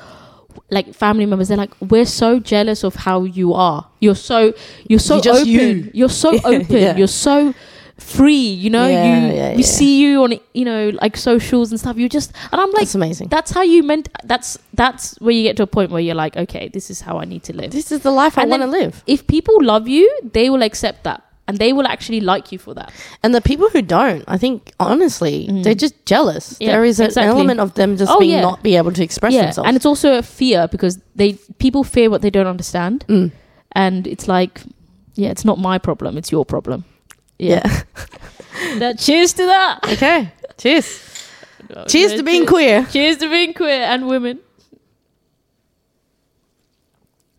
[SPEAKER 1] like family members, they're like, we're so jealous of how you are. You're so you're so
[SPEAKER 2] You're just
[SPEAKER 1] open.
[SPEAKER 2] you."
[SPEAKER 1] are so open.
[SPEAKER 2] Yeah.
[SPEAKER 1] You're so free. You know,
[SPEAKER 2] Yeah,
[SPEAKER 1] you
[SPEAKER 2] yeah,
[SPEAKER 1] we
[SPEAKER 2] yeah.
[SPEAKER 1] see you on you know like socials and stuff. You just and I'm like,
[SPEAKER 2] That's amazing.
[SPEAKER 1] That's how you meant. That's that's where you get to a point where you're like, okay, this is how I need to live.
[SPEAKER 2] this is the life I
[SPEAKER 1] And
[SPEAKER 2] want to
[SPEAKER 1] then
[SPEAKER 2] live.
[SPEAKER 1] If people love you, they will accept that, and they will actually like you for that.
[SPEAKER 2] And the people who don't, I think, honestly, they're just jealous.
[SPEAKER 1] Mm. Yeah,
[SPEAKER 2] there is an
[SPEAKER 1] exactly.
[SPEAKER 2] element of them just
[SPEAKER 1] Oh,
[SPEAKER 2] being
[SPEAKER 1] yeah.
[SPEAKER 2] not be able to express
[SPEAKER 1] yeah,
[SPEAKER 2] themselves.
[SPEAKER 1] and it's also a fear because they people fear what they don't understand, and it's like, yeah, it's not my problem; it's your problem.
[SPEAKER 2] yeah.
[SPEAKER 1] That, cheers to that.
[SPEAKER 2] okay. Cheers. Cheers to being
[SPEAKER 1] cheers.
[SPEAKER 2] queer.
[SPEAKER 1] Cheers to being queer and women.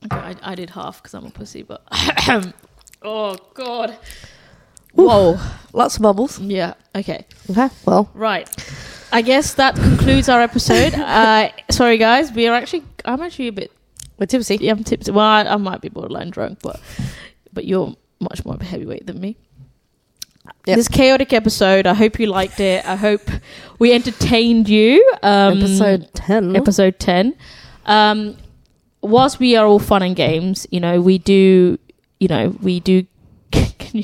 [SPEAKER 1] Okay, I, I did half because I'm a pussy, but oh god, whoa,
[SPEAKER 2] Lots of bubbles.
[SPEAKER 1] yeah, okay.
[SPEAKER 2] Okay. Well,
[SPEAKER 1] Right. I guess that concludes our episode. uh, sorry, guys. We are actually. I'm actually a bit.
[SPEAKER 2] we're tipsy.
[SPEAKER 1] Yeah, I'm tipsy. Well, I, I might be borderline drunk, but but you're much more of a heavyweight than me.
[SPEAKER 2] Yep.
[SPEAKER 1] This chaotic episode. I hope you liked it. I hope we entertained you. Um,
[SPEAKER 2] Episode 10.
[SPEAKER 1] episode 10 um whilst we are all fun and games you know we do you know we do can you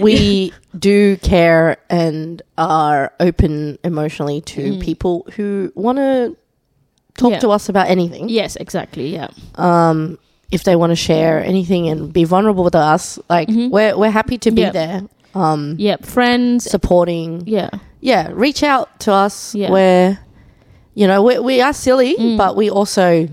[SPEAKER 2] we do care and are open emotionally to people who want to talk
[SPEAKER 1] Mm. Yeah.
[SPEAKER 2] to us about anything. Um,
[SPEAKER 1] Yes, exactly. Yeah.
[SPEAKER 2] If they want to share anything and be vulnerable with us, like we're we're happy to be
[SPEAKER 1] Mm-hmm. Yeah.
[SPEAKER 2] there, Mm-hmm.
[SPEAKER 1] Yeah. Friends.
[SPEAKER 2] supporting. Yeah.
[SPEAKER 1] Yeah.
[SPEAKER 2] reach out to us.
[SPEAKER 1] Yeah. Mm.
[SPEAKER 2] We're you know we we are silly, but we also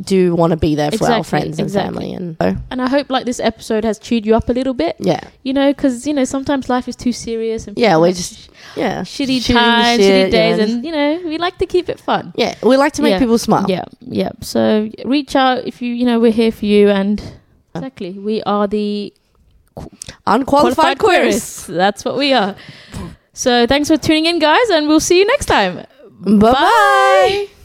[SPEAKER 2] do want to be there for
[SPEAKER 1] Mm-hmm.
[SPEAKER 2] our
[SPEAKER 1] Exactly,
[SPEAKER 2] friends and
[SPEAKER 1] exactly.
[SPEAKER 2] family. And so,
[SPEAKER 1] And I hope like this episode has cheered you up a little bit.
[SPEAKER 2] yeah,
[SPEAKER 1] You know, because you know sometimes life is too serious and
[SPEAKER 2] yeah,
[SPEAKER 1] people
[SPEAKER 2] we're
[SPEAKER 1] have
[SPEAKER 2] just yeah
[SPEAKER 1] shitty times,
[SPEAKER 2] shit,
[SPEAKER 1] shitty days,
[SPEAKER 2] yeah.
[SPEAKER 1] and you know we like to keep it fun.
[SPEAKER 2] yeah, we like to make
[SPEAKER 1] Yeah.
[SPEAKER 2] people smile.
[SPEAKER 1] Yeah, yeah. So reach out if you you know we're here for you and exactly we are the
[SPEAKER 2] unqualified
[SPEAKER 1] qualified
[SPEAKER 2] queries.
[SPEAKER 1] queerists. That's what we are. So thanks for tuning in, guys, and we'll see you next time.
[SPEAKER 2] Bye bye.